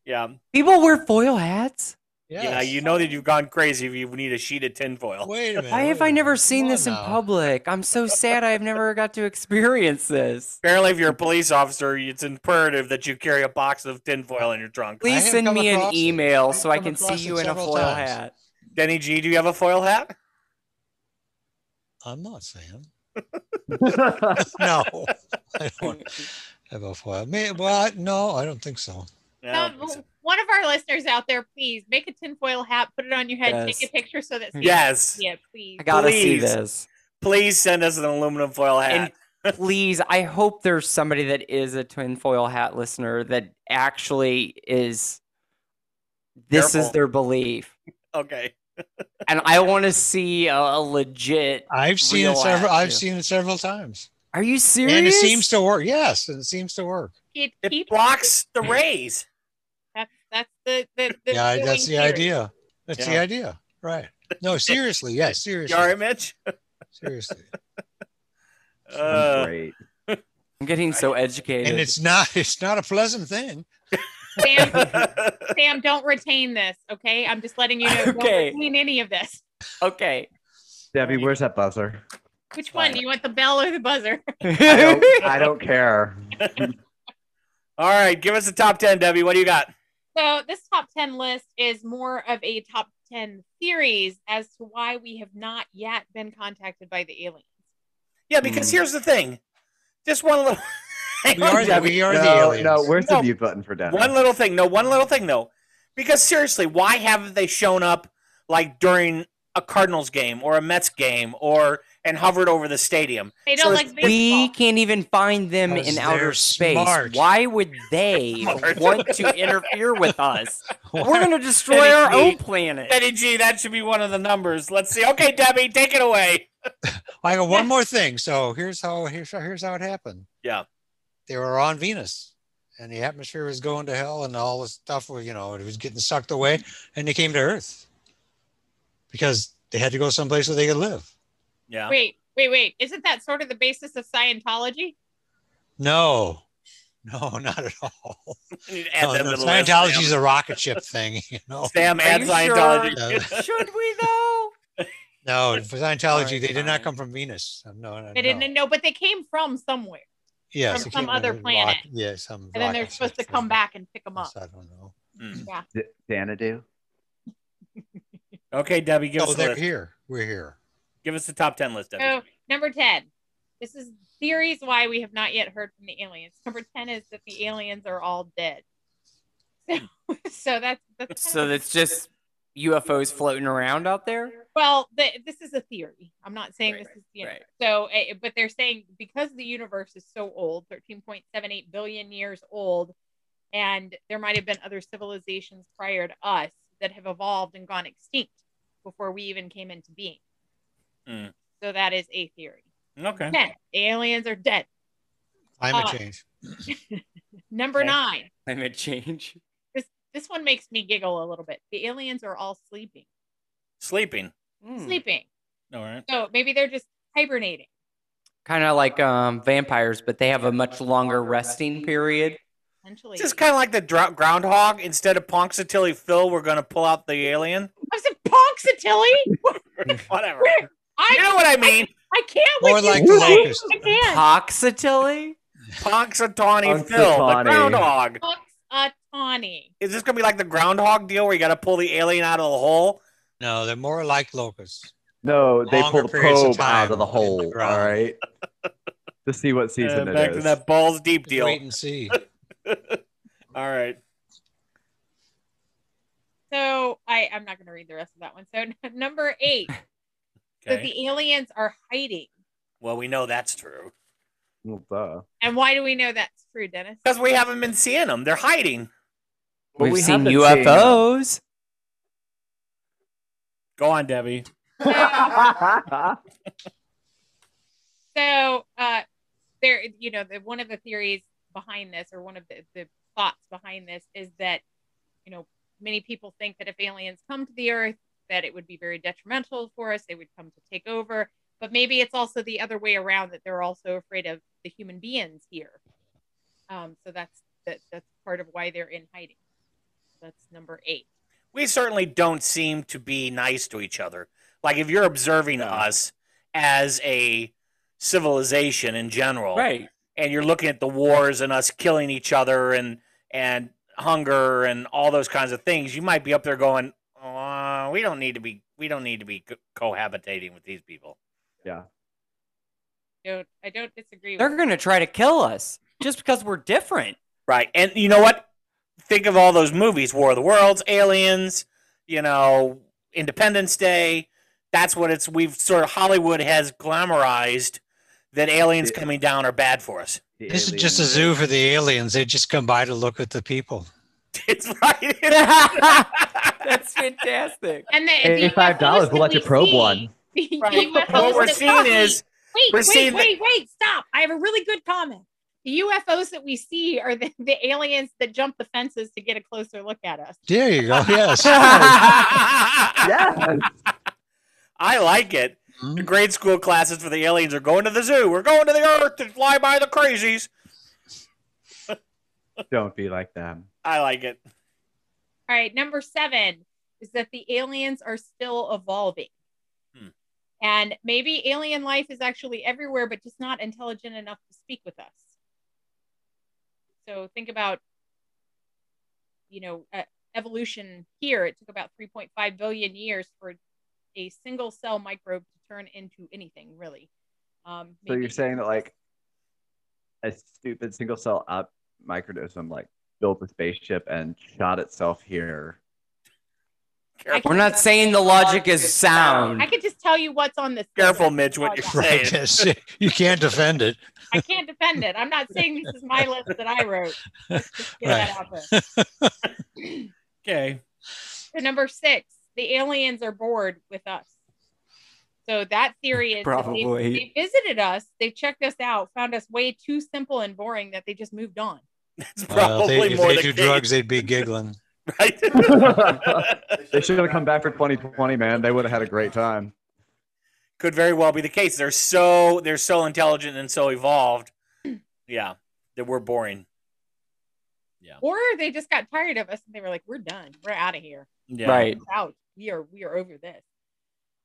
A: Yeah.
G: People wear foil hats?
A: Yeah, you know that you've gone crazy if you need a sheet of tinfoil.
F: Wait a
G: Why have I never seen this in public? I'm so sad I've never got to experience this.
A: Apparently, if you're a police officer, it's imperative that you carry a box of tinfoil in your trunk.
G: Please send me an email so I can see
F: across
G: you
F: it
G: in a
F: several
G: foil
F: times.
G: hat.
A: Denny G, do you have a foil hat?
F: I'm not saying. no, I don't have a foil. May, well, I- no, I don't think so.
M: Some- one of our listeners out there, please make a tinfoil hat, put it on your head,
F: Yes.
M: take a picture so that
A: Yes.
M: yeah, please.
G: see
A: Please.
G: this.
A: Please send us an aluminum foil hat.
G: And please, I hope there's somebody that is a tinfoil hat listener that actually is this is
A: Careful.
G: their belief.
A: Okay.
G: And I want to see a, a legit
F: I've seen it
G: real
F: several.
G: hat,
F: I've
G: too.
F: seen it several times.
G: Are you serious?
F: And it seems to work. Yes, and it seems to work.
M: It,
A: blocks the rays.
M: That's that's the, the, the
F: Yeah,
M: going
F: that's the
M: theory.
F: idea. That's the
A: Yeah.
F: idea. Right. No, seriously. Yes, seriously.
A: You all right, Mitch?
F: Seriously.
A: Uh,
C: Great.
G: I'm getting so educated.
F: And it's not. It's not a pleasant thing.
M: Sam, Sam, don't retain this, okay? I'm just letting you know.
G: Okay.
M: Don't retain any of this.
G: Okay.
C: Debbie, where's that buzzer?
M: Which one? Do you want the bell or the buzzer?
C: I don't, I don't care.
A: All right, give us the top 10, Debbie. What do you got?
M: So this top 10 list is more of a top 10 theories as to why we have not yet been contacted by the aliens.
A: Yeah, because here's the thing. Just one little. Hang
F: Mm. We
A: on,
F: are the-
A: Debbie.
F: we are the
C: no,
F: aliens.
C: no, where's
A: No.
C: the mute button for Dennis?
A: One little thing. No, one little thing though. Because seriously, why haven't they shown up like during a Cardinals game or a Mets game or and hovered over the stadium?
M: They don't
A: So
M: like baseball.
G: we can't even find them
F: Because
G: in
F: they're
G: outer space.
F: smart.
G: Why would they
A: Smart.
G: want to interfere with us? We're going to destroy
A: Betty
G: our
A: G.
G: own planet.
A: Betty G, that should be one of the numbers. Let's see. Okay, Debbie, take it away.
F: I got one more thing. So here's how. Here's how- here's how it happened.
A: Yeah.
F: They were on Venus, and the atmosphere was going to hell, and all the stuff was, you know, it was getting sucked away, and they came to Earth because they had to go someplace where they could live.
A: Yeah.
M: Wait, wait, wait. Isn't that sort of the basis of Scientology?
F: No, no, not at all.
A: Add them
F: No, Oh, no,
A: to the list,
F: Scientology is
A: Sam.
F: a rocket ship thing, you know.
A: Sam
G: Are
A: and
G: you
A: Scientology.
F: sure?
G: Should we though?
F: No, for Scientology,
G: Sorry,
F: they did
G: fine.
F: not come from Venus. Um, No, no,
M: They
F: no.
M: didn't know, but they came from somewhere.
F: Yes,
M: from
F: it
M: some
F: came
M: other
F: a rock-
M: planet.
F: yeah, some.
M: And then they're
F: rocket
M: supposed to
F: ship
M: come
F: thing.
M: back and pick them up.
F: Yes, I don't know.
A: Mm.
M: Yeah.
C: D- Xanadu.
A: Okay, Debbie, give
F: Oh,
A: us the
F: they're
A: list.
F: here. We're here.
A: Give us the top ten list, Debbie.
M: So number 10. This is theories why we have not yet heard from the aliens. Number 10 is that the aliens are all dead. So, so that's that's kind
G: So
M: of-
G: that's just UFOs floating around out there.
M: well, th- this is a theory. I'm not saying
G: Right,
M: this is the
G: right,
M: universe. So, eh, but they're saying because the universe is so old, 13.78 billion years old, and there might have been other civilizations prior to us that have evolved and gone extinct before we even came into being.
G: Hmm.
A: Mm.
M: So that is a theory.
A: Okay.
M: Ten, the aliens are dead.
F: Climate
M: Uh,
F: change.
M: Number
G: Okay.
M: nine.
G: Climate change.
M: This this one makes me giggle a little bit. The aliens are all sleeping.
A: Sleeping. Hmm.
M: Sleeping.
A: All right.
M: So maybe they're just hibernating.
G: Kind of like um, vampires, but they have a much longer resting period.
M: Essentially.
A: Just kind of like the dro- groundhog. Instead of Ponxatilly Phil, we're going to pull out the alien.
M: I said Ponxatilly.
A: Whatever.
M: I
A: You know what I mean?
M: I can't
A: More
M: with
A: like
M: you.
A: the
M: guys.
A: locust.
M: I can't.
G: Poxatilly?
A: Ponxatawny Phil, the
G: Punxsutawney.
A: groundhog.
M: a tawny.
A: Is this going to be like the groundhog deal where you got to pull the alien out of the hole?
F: No, they're more like locusts.
C: No, they
F: Longer
C: pull the
F: periods of
C: probe out
F: time
C: of the hole. all right. to see what season
A: Uh,
C: it
A: back to
C: is.
A: that balls deep deal.
F: Wait and see.
A: All right.
M: So I I'm not going to read the rest of that one. So number eight. That
A: Okay.
M: the aliens are hiding.
A: Well, we know that's true.
C: Well, duh.
M: And why do we know that's true, Dennis?
A: Because we haven't been seeing them. They're hiding.
G: We've seen UFOs.
A: Go on, Debbie.
M: So uh there you know the, one of the theories behind this or one of the, the thoughts behind this is that you know many people think that if aliens come to the earth that it would be very detrimental for us they would come to take over but maybe it's also the other way around that they're also afraid of the human beings here um, so that's that, that's part of why they're in hiding that's number eight
A: We certainly don't seem to be nice to each other. Like if you're observing us as a civilization in general,
G: Right.
A: And you're looking at the wars and us killing each other and and hunger and all those kinds of things, you might be up there going, oh, "We don't need to be. We don't need to be co- cohabitating with these people."
C: Yeah.
M: don't i don't disagree
G: They're
M: with
G: going to try to kill us just because we're different.
A: Right. And you know what? Think of all those movies War of the Worlds, Aliens, you know, Independence Day. That's what it's we've sort of Hollywood has glamorized that aliens coming down are bad for us.
F: This is just a zoo for the aliens. They just come by to look at the people.
A: It's right.
G: That's fantastic.
M: and the, the
C: Eighty-five dollars. We'll let you probe one.
M: The
A: Right.
M: UFOs
A: What we're
M: that-
A: seeing is-
M: wait,
A: we're
M: wait,
A: seeing that-
M: wait, wait, stop! I have a really good comment. The UFOs that we see are the, the aliens that jump the fences to get a closer look at us.
F: There you go. Yes.
A: yes. I like it. The
F: Mm-hmm.
A: grade school classes for the aliens are going to the zoo. We're going to the earth to fly by the crazies.
C: Don't be like them.
A: I like it.
M: All right, number seven is that the aliens are still evolving.
A: Hmm.
M: And maybe alien life is actually everywhere, but just not intelligent enough to speak with us. So think about, you know, uh, evolution here. It took about 3.5 billion years for a single cell microbe to turn into anything, really. Um,
C: So you're
M: maybe-
C: saying that like a stupid single cell up micronism like built a spaceship and shot itself here.
G: We're not saying the logic is sound.
M: I could just tell you what's on Oh, this.
A: Careful, Mitch, what you're
F: Right.
A: saying.
F: Yes. You can't defend it.
M: I can't defend it. I'm not saying this is my list that I wrote. Let's just get that out there.
A: Okay.
M: So number six, the aliens are bored with us. So that theory is that they-
G: Probably.
M: They, visited us, they checked us out, found us way too simple and boring that they just moved on.
F: Well, if they-
C: Probably
F: if
C: more
F: they
C: the
F: do
C: case.
F: drugs, they'd be giggling.
C: they should have come back for 2020, man. They would have had a great time.
A: Could very well be the case. They're so they're so intelligent and so evolved. Yeah. That we're boring.
M: Or they just got tired of us and they were like, "We're done. We're out of here.
A: Yeah.
G: Right.
M: We're out. We are. We are over this."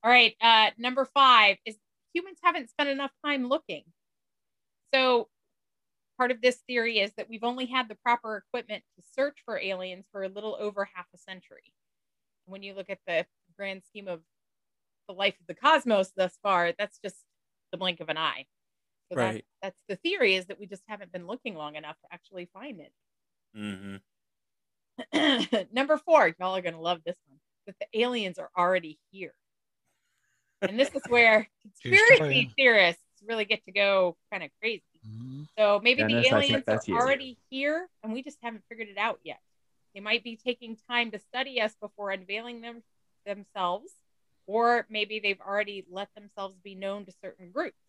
M: All right. Uh, number five is humans haven't spent enough time looking. So part of this theory is that we've only had the proper equipment to search for aliens for a little over half a century. When you look at the grand scheme of the life of the cosmos thus far, that's just the blink of an eye. So that's-
G: Right.
M: that's the theory is that we just haven't been looking long enough to actually find it.
A: Mm-hmm.
M: Number four, y'all are gonna love this one. That the aliens are already here, and this is where
F: True story.
M: conspiracy theorists really get to go kind of crazy.
F: Mm-hmm.
M: So maybe
C: Dennis, I
M: the
C: think
M: aliens are
C: that's you.
M: already here and we just haven't figured it out yet. They might be taking time to study us before unveiling them themselves, or maybe they've already let themselves be known to certain groups.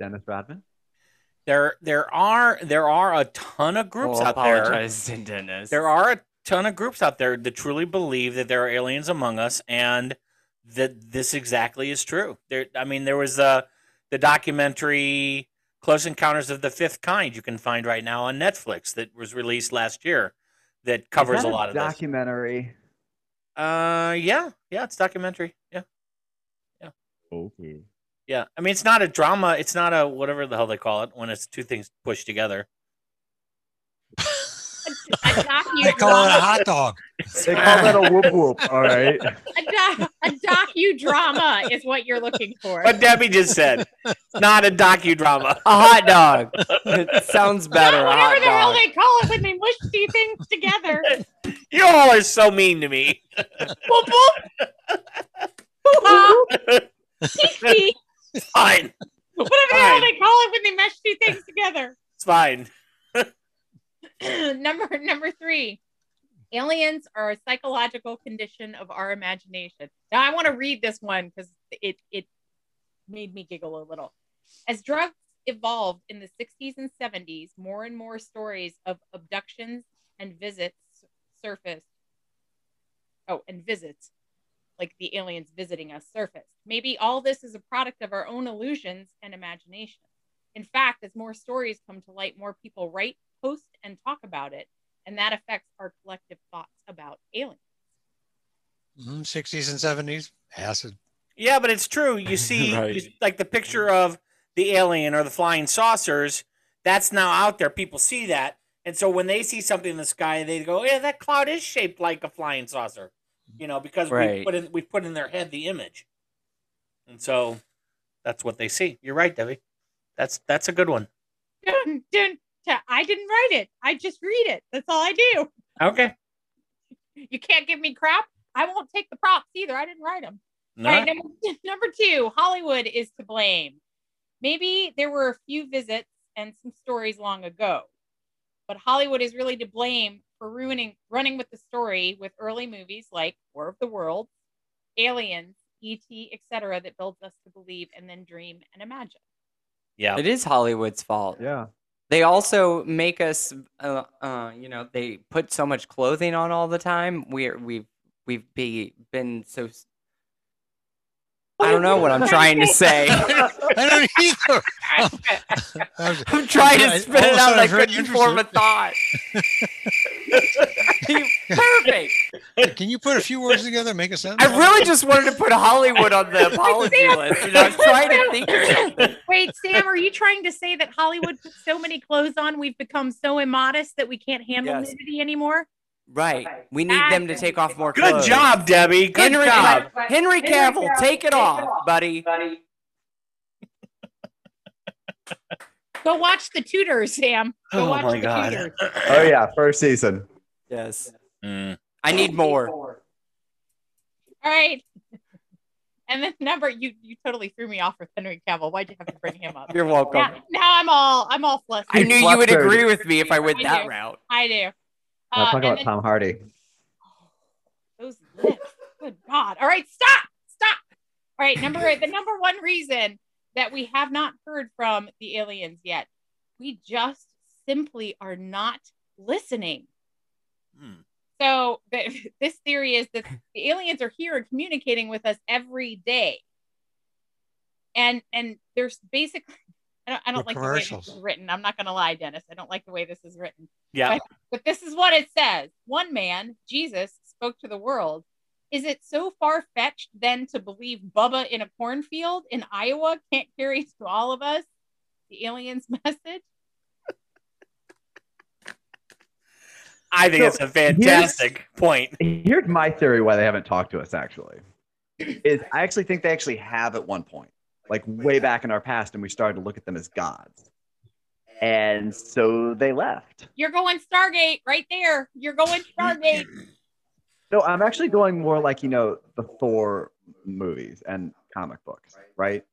C: Dennis Rodman.
A: There, there are there are a ton of groups
G: We'll
A: out there.
G: apologize to Dennis.
A: There are a ton of groups out there that truly believe that there are aliens among us, and that this exactly is true. There, I mean, there was the the documentary "Close Encounters of the Fifth Kind" you can find right now on Netflix that was released last year that covers
C: Is
A: a
C: that
A: lot of this.
C: documentary.
A: Uh, yeah, yeah, it's documentary. Yeah,
C: Okay.
A: yeah. I mean, it's not a drama. It's not a whatever the hell they call it when it's two things pushed together.
F: They call it a hot dog.
C: They call that a whoop whoop. All right.
M: A, doc- a docudrama is what you're looking for.
A: What Debbie just said. Not a docudrama.
G: A hot dog. It sounds better. a
M: Whatever the hell
G: hot
M: they call it when they mush two things together.
A: You all are so mean to me.
M: Boop, boop. Hoo-ha. Peek, peek.
A: Fine.
M: Whatever the hell they call it when they mesh two things together.
A: It's fine.
M: number number three aliens are a psychological condition of our imagination now i want to read this one because it it made me giggle a little as drugs evolved in the 60s and 70s more and more stories of abductions and visits surfaced oh and visits like the aliens visiting us surfaced maybe all this is a product of our own illusions and imagination in fact, as more stories come to light, more people write, post, and talk about it, and that affects our collective thoughts about aliens.
F: Mhm, 60s and 70s, acid.
A: Yeah, but it's true. You see,
F: Right.
A: you- like the picture of the alien or the flying saucers, that's now out there. People see that. And so when they see something in the sky, they go, yeah, that cloud is shaped like a flying saucer, you know, because we
G: Right.
A: put in, we put in their head the image. And so that's what they see. You're right, Debbie. That's that's a good one.
M: Dun, dun, ta- I didn't write it. I just read it. That's all I do.
A: Okay.
M: You can't give me crap. I won't take the props either. I didn't write them.
A: No.
M: All right, number, number two, Hollywood is to blame. Maybe there were a few visits and some stories long ago, but Hollywood is really to blame for ruining running with the story with early movies like War of the Worlds, Aliens, E E.T., etc., that builds us to believe and then dream and imagine.
A: Yeah.
G: It is Hollywood's fault.
C: Yeah.
G: They also make us, uh, uh, you know, they put so much clothing on all the time. We're we've we've be, been so. s- I don't know what I'm trying to say.
F: I don't either.
G: I'm trying to spit it out. and I couldn't form a
F: it.
G: thought. Perfect.
F: Can you put a few words together, make a sentence?
G: I really just wanted to put Hollywood on the apology
M: Sam.
G: list, and I was trying to think. Of something.
M: Wait, Sam, are you trying to say that Hollywood puts so many clothes on we've become so immodest that we can't handle
G: Yes.
M: nudity anymore?
G: Right. We need them to take off more
A: Good
G: clothes.
A: job, Debbie. Good
G: Henry,
A: job.
G: Henry Cavill, take it off, buddy. buddy.
M: Go watch the Tudors, Sam.
G: Oh
M: Go watch the Tudors.
C: Oh yeah, first season.
G: Yes.
A: Mm.
G: I need more.
M: All right. And then number you you totally threw me off with Henry Cavill. Why'd you have to bring him up?
G: You're welcome.
M: Now, now I'm all I'm all flustered.
G: I knew you would
C: Flustered.
G: agree with me if I went
M: I
G: that
M: do.
G: route.
M: I do.
C: Now
M: Uh,
C: talk
M: and
C: about
M: then Oh,
C: Tom Hardy.
M: those lips. Good God. All right, stop, stop. All right, number the number one reason that we have not heard from the aliens yet. We just simply are not listening. So th- this theory is that the aliens are here and communicating with us every day. And and there's basically I don't, I don't
F: With
M: like the way this
F: commercials.
M: is written. I'm not going to lie, Dennis. I don't like the way this is written.
A: Yeah.
M: But, but this is what it says. One man, Jesus, spoke to the world. Is it so far fetched then to believe Bubba in a cornfield in Iowa can't carry to all of us the alien's message?
A: I think
C: So,
A: it's a fantastic point.
C: Here's my theory why they haven't talked to us actually. Is I actually think they actually have at one point, like way back in our past, and we started to look at them as gods. And so they left.
M: You're going Stargate right there. You're going Stargate.
C: No, I'm actually going more like, you know, the Thor movies and comic books, right?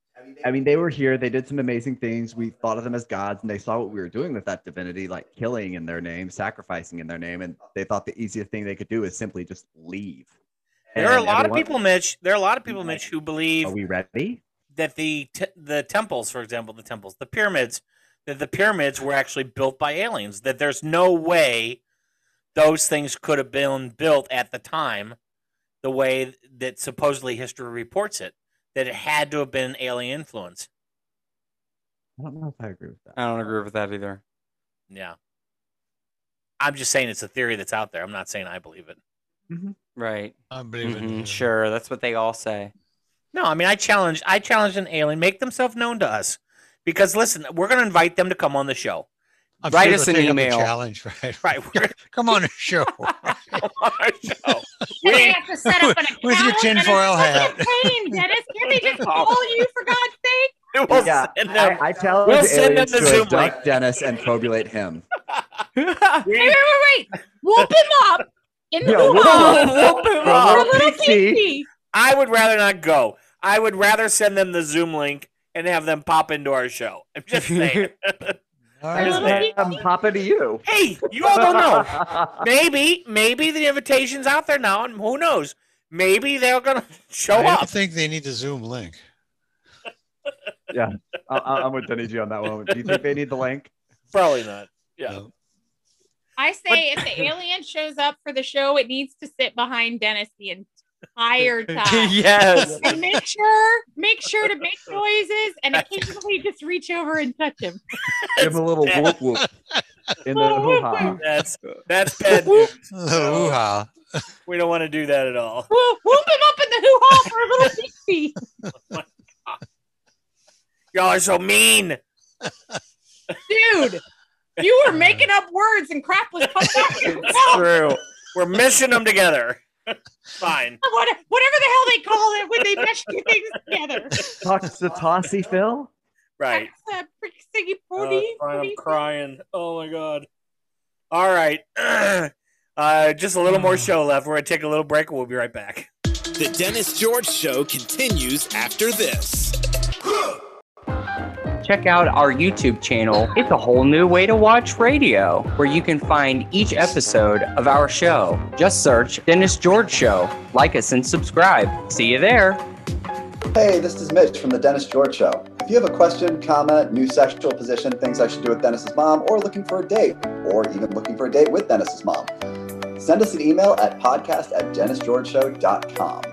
C: I mean, they were here. They did some amazing things. We thought of them as gods, and they saw what we were doing with that divinity, like killing in their name, sacrificing in their name, and they thought the easiest thing they could do is simply just leave.
A: There are a
C: And
A: lot of
C: everyone-
A: people, Mitch. There are a lot of people, Mitch, who believe
C: Are we ready?
A: that the t- the temples, for example, the temples, the pyramids, that the pyramids were actually built by aliens. That there's no way those things could have been built at the time, the way that supposedly history reports it. That it had to have been alien influence.
C: I don't know if I agree with that.
G: I don't agree with that either.
A: Yeah. I'm just saying it's a theory that's out there. I'm not saying I believe it.
G: Right.
F: I
A: believe it.
G: Mm-hmm. Sure, that's what they all say.
A: No, I mean I challenge I challenge an alien make themselves known to us because listen, we're going to invite them to come on the show.
F: I'm
G: Write
F: sure
G: us
F: they'll
G: an
F: take up the
G: email.
F: Challenge, right?
A: Right. We're,
F: Come on the show.
M: You're gonna have to set up an account
F: With your
M: and
F: tinfoil
M: a
F: hat.
M: fucking Pain, Dennis. Can't they just call you for God's sake?
C: yeah, I, I challenge
A: we'll send them
C: aliens
A: the
C: to
A: Zoom
C: abduct Dennis and probulate him.
M: Wait, wait, wait, wait. Whoop him up in the
C: Yeah, whoop him
M: yeah,
C: up.
A: Whoop him
C: For a
A: up.
C: little Little peepee.
A: I would rather not go. I would rather send them the Zoom link and have them pop into our show. I'm just saying.
C: I just um, had him pop into you.
A: hey, you all don't know. Maybe, maybe the invitation's out there now, and who knows? Maybe they're gonna show
F: I
A: up.
F: don't think they need the Zoom link.
C: Yeah, I, I- I'm with Denny G on that one. Do you think they need the link?
A: Probably not. Yeah.
M: I say if the alien shows up for the show, it needs to sit behind Dennis the entire time.
G: Yes.
M: And make sure, make sure to make noises and occasionally just reach over and touch him.
C: Give him a little whoop whoop in the hoo ha.
A: That's that's bad news. We don't want to do that at all.
M: Whoop, whoop him up in the hoo ha for a little pee.
A: Y'all are so mean.
M: Dude, you were making up words and crap was coming out of your mouth.
A: True. We're mishing them together. Fine.
M: What- Whatever the hell they call it when they mesh two things together.
C: Toxitossy Phil?
A: Right.
M: Uh, pretty singing
C: Oh,
A: Uh,
M: pony.
A: I'm crying. Oh my god. All right. Uh, just a little more
G: Hmm.
A: show left. We're gonna take a little break and we'll be right back.
B: The Dennis George Show continues after this.
G: Check out our YouTube channel, It's a Whole New Way to Watch Radio, where you can find each episode of our show. Just search Dennis George Show. Like us and subscribe. See you there.
K: Hey, this is Mitch from The Dennis George Show. If you have a question, comment, new sexual position, things I should do with Dennis's mom, or looking for a date, or even looking for a date with Dennis's mom, send us an email at podcast at dennisgeorgeshow.com.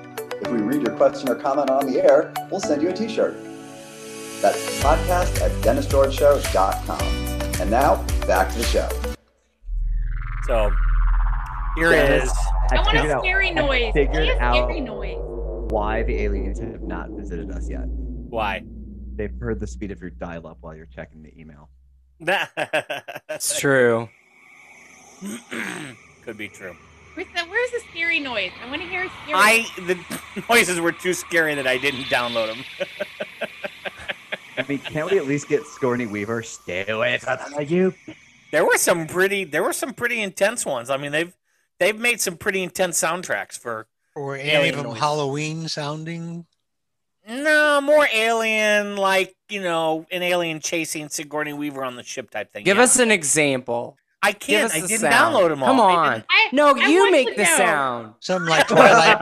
K: If we read your question or comment on the air, we'll send you a t shirt. That's podcast at dennisgeorgeshow.com. And now, back to the show.
A: So, here
C: Dennis,
A: is.
M: I want
C: figured
M: a
C: out-
M: scary
C: I
M: noise. Give
C: figured
M: me a
C: out
M: scary noise.
C: why the aliens have not visited us yet.
A: Why?
C: They've heard the speed of your dial up while you're checking the email.
G: It's true.
A: Could be true.
M: Where's the, where's the scary noise? I want to hear a scary
A: I the noises were too scary that I didn't download them.
C: I mean, can't we at least get Scorny Weaver? Stay away from the- you.
A: There were some pretty. There were some pretty intense ones. I mean, they've they've made some pretty intense soundtracks for.
F: Or any
A: alien
F: of them
A: noises.
F: Halloween sounding?
A: No, more alien, like you know, an alien chasing Sigourney Weaver on the ship type thing.
G: Give
A: yeah.
G: us an example.
A: I
G: Give
A: can't.
G: us
A: I
G: the
A: didn't
G: sound.
A: download them all.
G: Come
A: I
G: on.
A: didn't-
G: no,
M: I
G: you
M: want
G: make
M: to
G: the
M: know.
G: sound.
F: Something like Twilight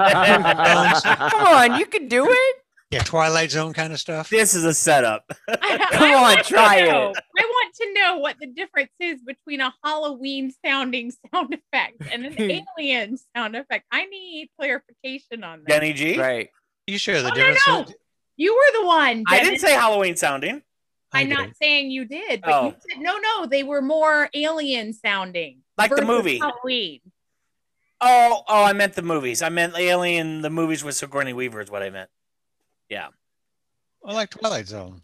F: Zone.
G: Come on, you can do it.
F: Yeah, Twilight Zone kind of stuff.
A: This is a setup.
G: Come
M: I
G: on,
M: want to
G: try
M: know-
G: it.
M: I want to know what the difference is between a Halloween sounding sound effect and
G: Hmm.
M: an alien sound effect. I need clarification on that.
A: Denny G.
G: Right.
F: You sure the
M: Oh, no,
F: difference?
M: no.
F: with-
M: You were the one.
A: I didn't
M: Dennis.
A: say Halloween sounding.
M: I'm
F: Okay.
M: not saying you did, but you
A: Oh.
M: said no, no. They were more alien sounding,
A: Like the
M: versus
A: movie.
M: Halloween.
A: Oh, oh, I meant the movies. I meant Alien. The movies with Sigourney Weaver is what I meant.
F: I like Twilight Zone.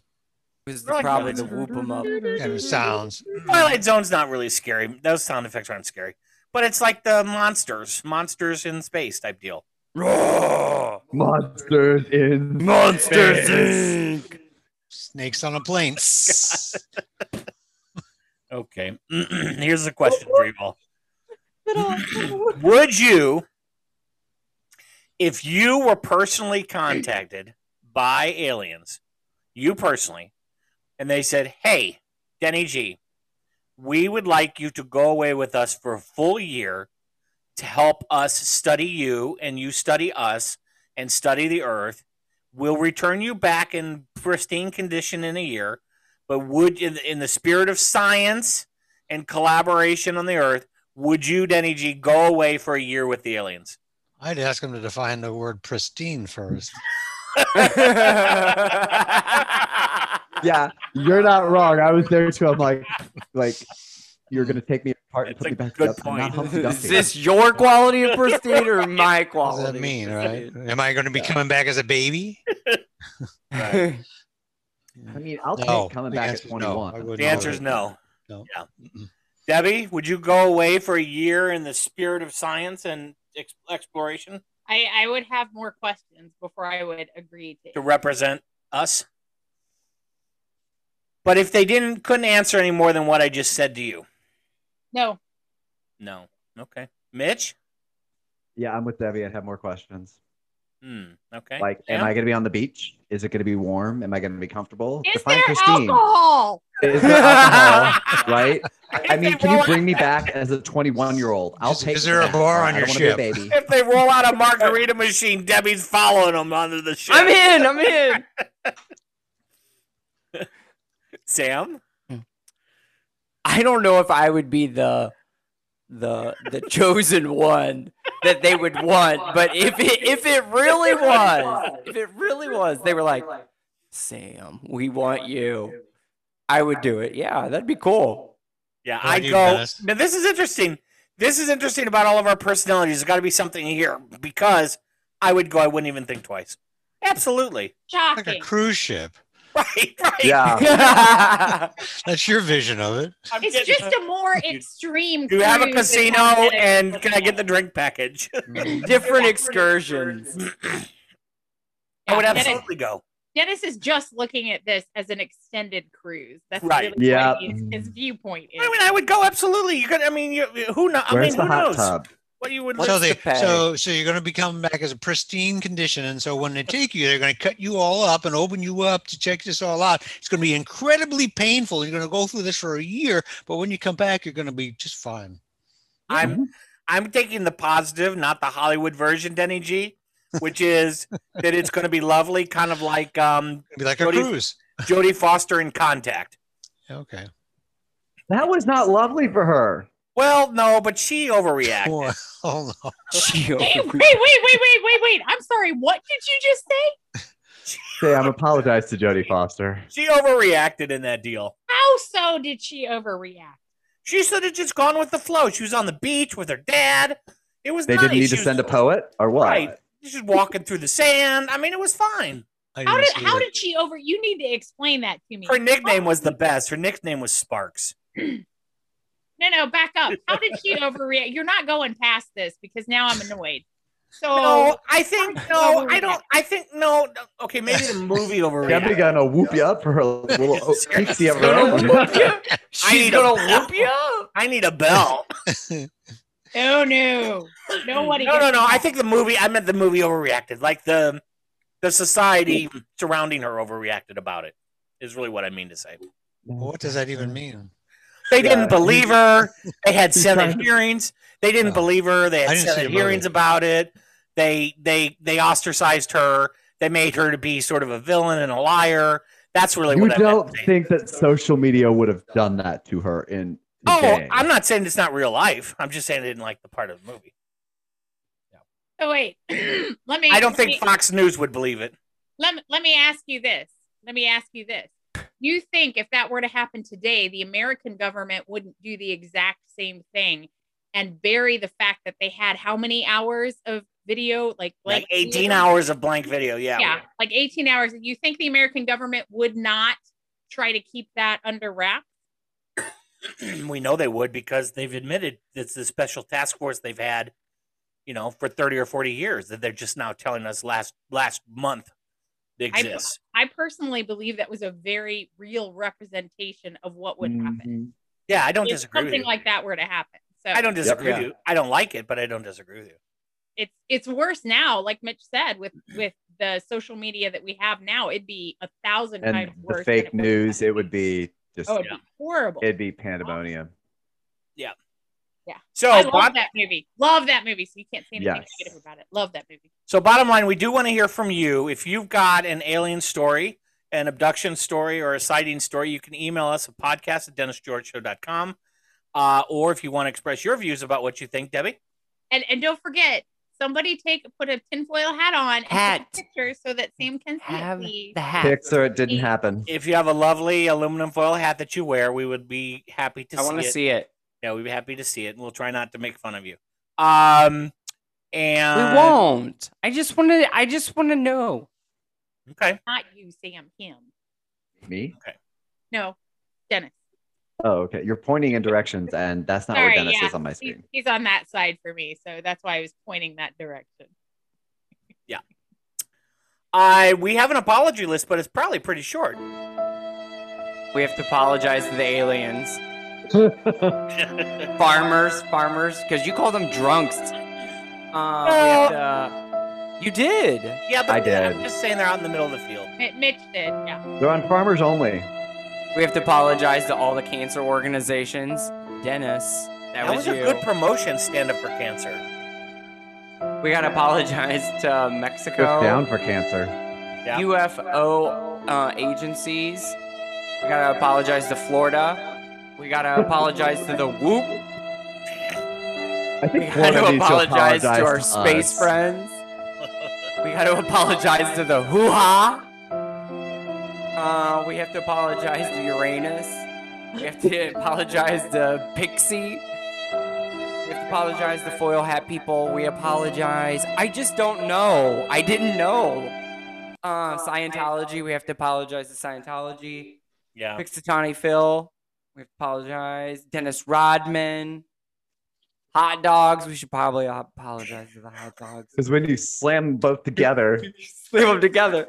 G: It was
A: Right,
G: probably
A: guys.
G: the whoop 'em up.
F: Kind of sounds.
G: Mm-hmm.
A: Twilight Zone's not really scary. Those sound effects aren't scary, but it's like the monsters, monsters in space type deal.
C: Monsters in
G: Monsters
C: Inc.
F: Snakes on a plane.
A: Okay, here's a question for you all: Would you, if you were personally contacted by aliens, you personally, and they said, Hey, Denny G, we would like you to go away with us for a full year to help us study you and you study us and study the earth. We'll return you back in pristine condition in a year, but would in, in the spirit of science and collaboration on the earth, would you, Denny G, go away for a year with the aliens?
F: I'd ask him to define the word pristine first.
C: yeah, you're not wrong. I was there too. I'm like, like you're gonna take me apart and put me back up. I'm not Humpty
G: Is
C: Dumpty.
G: this your quality of pristine or my quality?
F: What does that mean, right? Am I going to be coming back as a baby? Right.
C: I mean, I'll
F: No,
C: take coming
F: the
C: back at
F: answer's no.
C: 21.
F: I wouldn't
A: The answer is no.
F: No.
A: Yeah. Debbie, would you go away for a year in the spirit of science and ex- exploration
M: I, I would have more questions before I would agree to.
A: to represent us? But if they didn't, couldn't answer any more than what I just said to you.
M: No,
A: No. Okay. Mitch?
C: Yeah, I'm with Debbie. I'd have more questions.
A: Hmm. Okay.
C: Like, am I going to be on the beach? Is it going to be warm? Am I going to be comfortable?
M: Is
C: Define
M: there
C: Christine.
M: alcohol?
C: Is there alcohol? right? I mean, can you bring me back as a 21 year old? I'll take.
F: is there a
C: that.
F: bar on
C: I
F: your
C: don't wanna be a
F: ship?
C: baby?
A: If they roll out a margarita machine, Debbie's following them under the ship.
G: I'm in. I'm in.
A: Sam?
G: I don't know if I would be the the the chosen one that they would want, but if it if it really was, if it really was, they were like, Sam, we want you. I would do it. Yeah, that'd be cool.
A: Yeah,
G: How
A: I
G: about you,
A: go.
G: Dennis?
A: Now, this is interesting. This is interesting about all of our personalities. There's got to be something here because I would go, I wouldn't even think twice. Absolutely.
M: Shocking.
F: Like a cruise ship.
A: Right, right.
F: That's your vision of it.
A: I'm
M: it's
A: getting-
M: just a more extreme.
A: Do you have a
M: cruise than
A: casino
M: that.
A: and can I get the drink package?
G: Different excursions.
A: I would
M: Yeah, get it.
A: absolutely go.
M: Dennis is just looking at this as an extended cruise. That's
A: Right.
M: Really
C: Yeah.
M: what his, his viewpoint is.
A: I mean, I would go absolutely. You could. I mean, you, who knows? I mean,
C: Where's
A: who
C: the hot
A: knows
C: tub?
A: what you would.
F: so
A: live
F: they,
A: to pay.
F: so so you're going to be coming back as a pristine condition, and so when they take you, they're going to cut you all up and open you up to check this all out. It's going to be incredibly painful. You're going to go through this for a year, but when you come back, you're going to be just fine.
A: I'm I'm taking the positive, not the Hollywood version, Denny G, which is that it's going to be lovely, kind of like um,
F: It'll be like a cruise.
A: Jodie Foster in Contact.
F: Okay.
C: That was not lovely for her.
A: Well, no, but she overreacted.
F: Oh no.
M: Hey, wait, wait, wait, wait, wait, wait. I'm sorry. What did you just say?
C: Say, I'm apologize to Jodie Foster.
A: She overreacted in that deal.
M: How so did she overreact?
A: She should have just gone with the flow. She was on the beach with her dad. It was
C: They
A: nice.
C: didn't need
A: She
C: to
A: was-
C: send a poet or what?
A: Right. She's walking through the sand. I mean, it was fine.
M: How did how did she over? You need to explain that to me.
A: Her nickname was the best. Her nickname was Sparks.
M: No, no, back up. How did she overreact? You're not going past this because now I'm annoyed. So
A: No, I think no. I don't. I think no. no. Okay, maybe the movie
C: Debbie
A: overreacted.
C: gonna whoop you up for her little o- pixie of her own.
A: I need a bell.
G: you up.
A: I need a bell.
M: Oh no. Nobody
A: No,
M: gets
A: no, no.
M: that.
A: I think the movie. I meant the movie overreacted. Like the the society surrounding her overreacted about it. Is really what I mean to say.
F: What does that even mean?
A: They didn't
C: Yeah.
A: believe her. They had
C: He's
A: Senate
C: trying to-
A: hearings. They didn't believe her. They had
F: I didn't see
A: Senate
F: the movie.
A: hearings about it. They they they ostracized her. They made her to be sort of a villain and a liar. That's really
C: You
A: what I meant.
C: don't think that social media would have done that to her in
A: Oh,
C: today.
A: I'm not saying it's not real life. I'm just saying I didn't like the part of the movie.
M: Oh wait. let me
A: I don't
M: let
A: think
M: me-
A: Fox News would believe it.
M: let me, let me ask you this. Let me ask you this. You think if that were to happen today, the American government wouldn't do the exact same thing and bury the fact that they had how many hours of video? Like
A: Like
M: blank
A: 18
M: video?
A: hours of blank video. Yeah.
M: Yeah, like 18 hours. You think the American government would not try to keep that under wraps?
A: we know they would because they've admitted it's the special task force they've had, you know, for 30 or 40 years that they're just now telling us last last month they
M: I-
A: exist.
M: I personally believe that was a very real representation of what would happen.
C: Mm-hmm.
A: yeah, I don't
M: If
A: disagree with
M: something
A: you.
M: like that were to happen. So
A: I don't disagree
G: Yeah.
A: with you. I don't like it, but I don't disagree with you.
M: it's it's worse now, like Mitch said, with with the social media that we have now, it'd be a thousand
C: and
M: times
C: the
M: worse. than
C: fake
M: it was.
C: news, it would be just
M: Oh, it'd be horrible.
C: It'd be pandemonium.
A: Yeah.
M: Yeah.
A: So,
M: I love
A: Bob-
M: that movie. Love that movie. So you can't say anything
A: Yes.
M: negative about it. Love that movie.
A: So, bottom line, we do want to hear from you. If you've got an alien story, an abduction story, or a sighting story, you can email us at podcast at dennisgeorgeshow.com. Uh, or if you want to express your views about what you think, Debbie.
M: And and don't forget, somebody take put a tinfoil hat on and take a
A: Hat.
M: picture so that Sam can see it, please.
C: Picks or it didn't happen.
A: If you have a lovely aluminum foil hat that you wear, we would be happy to
G: I
A: see
G: wanna
A: it.
G: see it.
A: Yeah, we'd be happy to see it. And we'll try not to make fun of you. Um, and
G: we won't. I just want to. I just want to know.
A: Okay.
M: Not you, Sam. Him.
C: Me?
A: Okay.
M: No, Dennis.
C: Oh, okay. You're pointing in directions, and that's not where
M: Sorry,
C: Dennis
M: yeah.
C: is on my
M: He-
C: screen.
M: He's, on that side for me, so that's why I was pointing that direction.
A: I we have an apology list, but it's probably pretty short.
G: We have to apologize to the aliens, farmers, farmers, because you call them drunks. Uh, we have to, you did.
A: Yeah, but
C: I
A: I'm
C: did.
A: just saying they're out in the middle of the field.
M: Mi- Mitch did. Yeah.
C: They're on farmers only.
G: We have to apologize to all the cancer organizations. Dennis, that,
A: That, was,
G: you.
A: a good promotion. Stand up for cancer.
G: We gotta apologize to Mexico,
C: Goes down for cancer.
G: UFO uh, agencies. We gotta apologize to Florida. We gotta apologize to the Whoop.
C: I
G: We
C: think
G: gotta
C: Florida needs
G: apologize to
C: apologize
G: our
C: to
G: space
C: us.
G: friends. We gotta apologize to the Hoo Ha. Uh, we have to apologize to Uranus. We have to apologize to Pixie. We have to apologize to foil hat people. We apologize. I just don't know. I didn't know. Uh, Scientology. We have to apologize to Scientology.
A: Yeah.
G: Pixitani Phil. We have to apologize. Dennis Rodman. Hot dogs. We should probably apologize to the hot dogs.
C: Because when you slam both together,
G: Leave them together.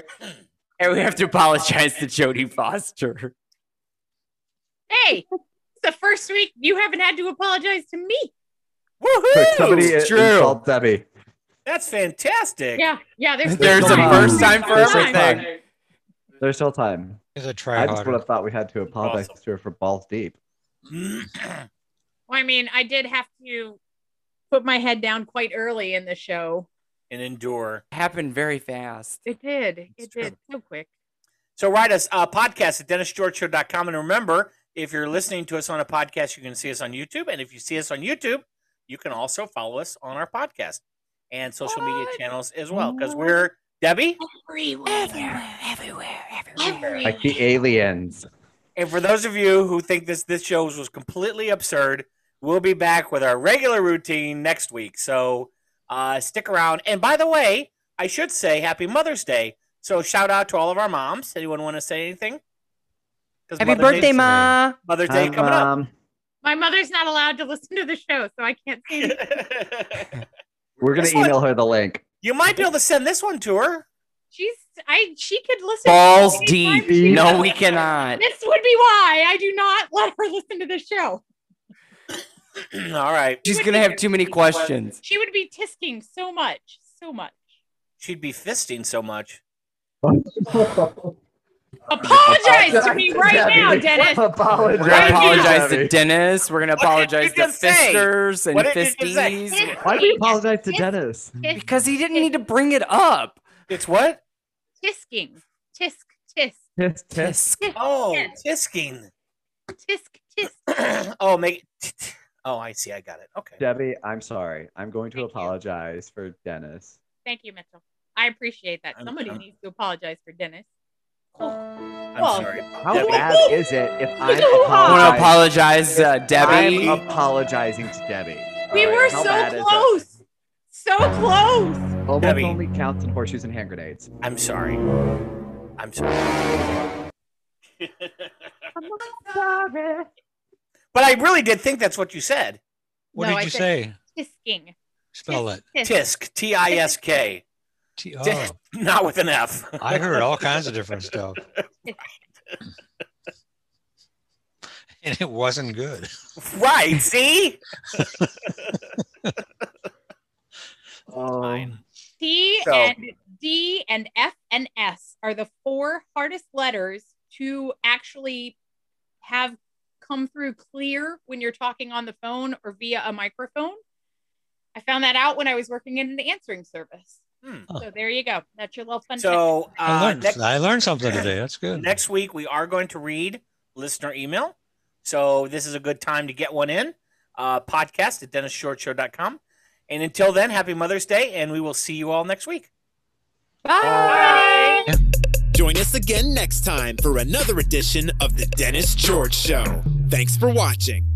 G: And we have to apologize to Jodie Foster.
M: Hey, it's the first week you haven't had to apologize to me.
C: quick, somebody
G: It's
C: in-
G: true.
C: insult Debbie.
A: That's fantastic.
M: Yeah, yeah. There's
G: There's a first time for
C: There's still
G: everything.
C: time. There's still time.
F: a
C: I just
F: tryharder.
C: would have thought we had to apologize to her for balls deep.
A: Mm.
M: Well, I mean, I did have to put my head down quite early in the show.
A: And endure.
G: Happened very fast.
M: It did. it did so quick.
A: So write us uh, podcast at dennisgeorgeshow.com. And remember, if you're listening to us on a podcast, you can see us on YouTube. And if you see us on YouTube, you can also follow us on our podcast and social media channels as well. Because we're Debbie.
M: Everywhere, everywhere, everywhere.
C: Like the aliens.
A: And for those of you who think this this show was completely absurd, we'll be back with our regular routine next week. So uh, stick around. And by the way, I should say Happy Mother's Day. So shout out to all of our moms. Anyone want to say anything? 'Cause
G: Happy
A: Mother's Day-
G: birthday, Ma.
A: Mother's Day
C: Hi,
A: coming up.
C: Mom.
M: My mother's not allowed to listen to the show, so I can't say anything.
C: We're gonna
A: This one-
C: email her the link.
A: You might be able to send this one to her.
M: She's I she could listen
G: Balls
M: to
G: deep.
M: anytime
G: No,
M: she-
G: we cannot.
M: This would be why I do not let her listen to the show.
A: all right.
G: She's going to have too many questions.
M: She would be tisking so much, so much.
A: She'd be fisting so much.
M: Apologize to me right now, Dennis.
G: We're
C: Apologize.
G: going to apologize to Dennis. We're going to apologize to
M: just say?
G: Fisters and
A: What did you say?
G: Fisties.
C: Why do you apologize to Dennis?
G: Because he didn't need to bring it up.
A: It's what?
M: Tisking. Tisk, tisk,
C: Tisk, tisk.
M: tisk,
A: Oh, tisking.
M: tisk, tisk.
A: oh, make. Oh, I see. I got it. Okay.
C: Debbie, I'm sorry. I'm going to apologize for Dennis.
M: Thank you, Mitchell. I appreciate that.
A: I'm-
M: Somebody
A: I'm-
M: needs to apologize for Dennis.
A: I'm
M: Well,
A: sorry.
C: How
A: Debbie.
C: bad is it if I'm
G: I
C: apologizing?
G: want to apologize to Debbie.
C: I'm apologizing to Debbie.
M: We
C: All right,
M: were
C: how bad is
M: so
C: it?
M: close. So close.
C: Almost
A: Debbie.
C: only counts in horseshoes and hand grenades.
A: I'm sorry. I'm sorry. But I really did think that's what you said.
F: What
M: No,
F: did
M: I
F: you
M: said-
F: say?
M: Tisking.
F: Spell it.
A: Tisk. T I S K.
F: T-
A: Tisk,
F: oh,
A: Not with an F.
F: I heard all kinds of different stuff. and it wasn't good.
A: right. See?
C: Oh, So-
M: and D and F and S are the four hardest letters to actually have come through clear when you're talking on the phone or via a microphone. I found that out when I was working in an answering service. So there you go. That's your little fun.
A: So
M: fact.
F: I
A: uh,
F: learned- I learned something today. That's good.
A: Next week we are going to read listener email, so this is a good time to get one in. Uh, podcast at DennisShortShow.com. And until then, happy Mother's Day, and we will see you all next week.
B: Join us again next time for another edition of The Dennis George Show. Thanks for watching.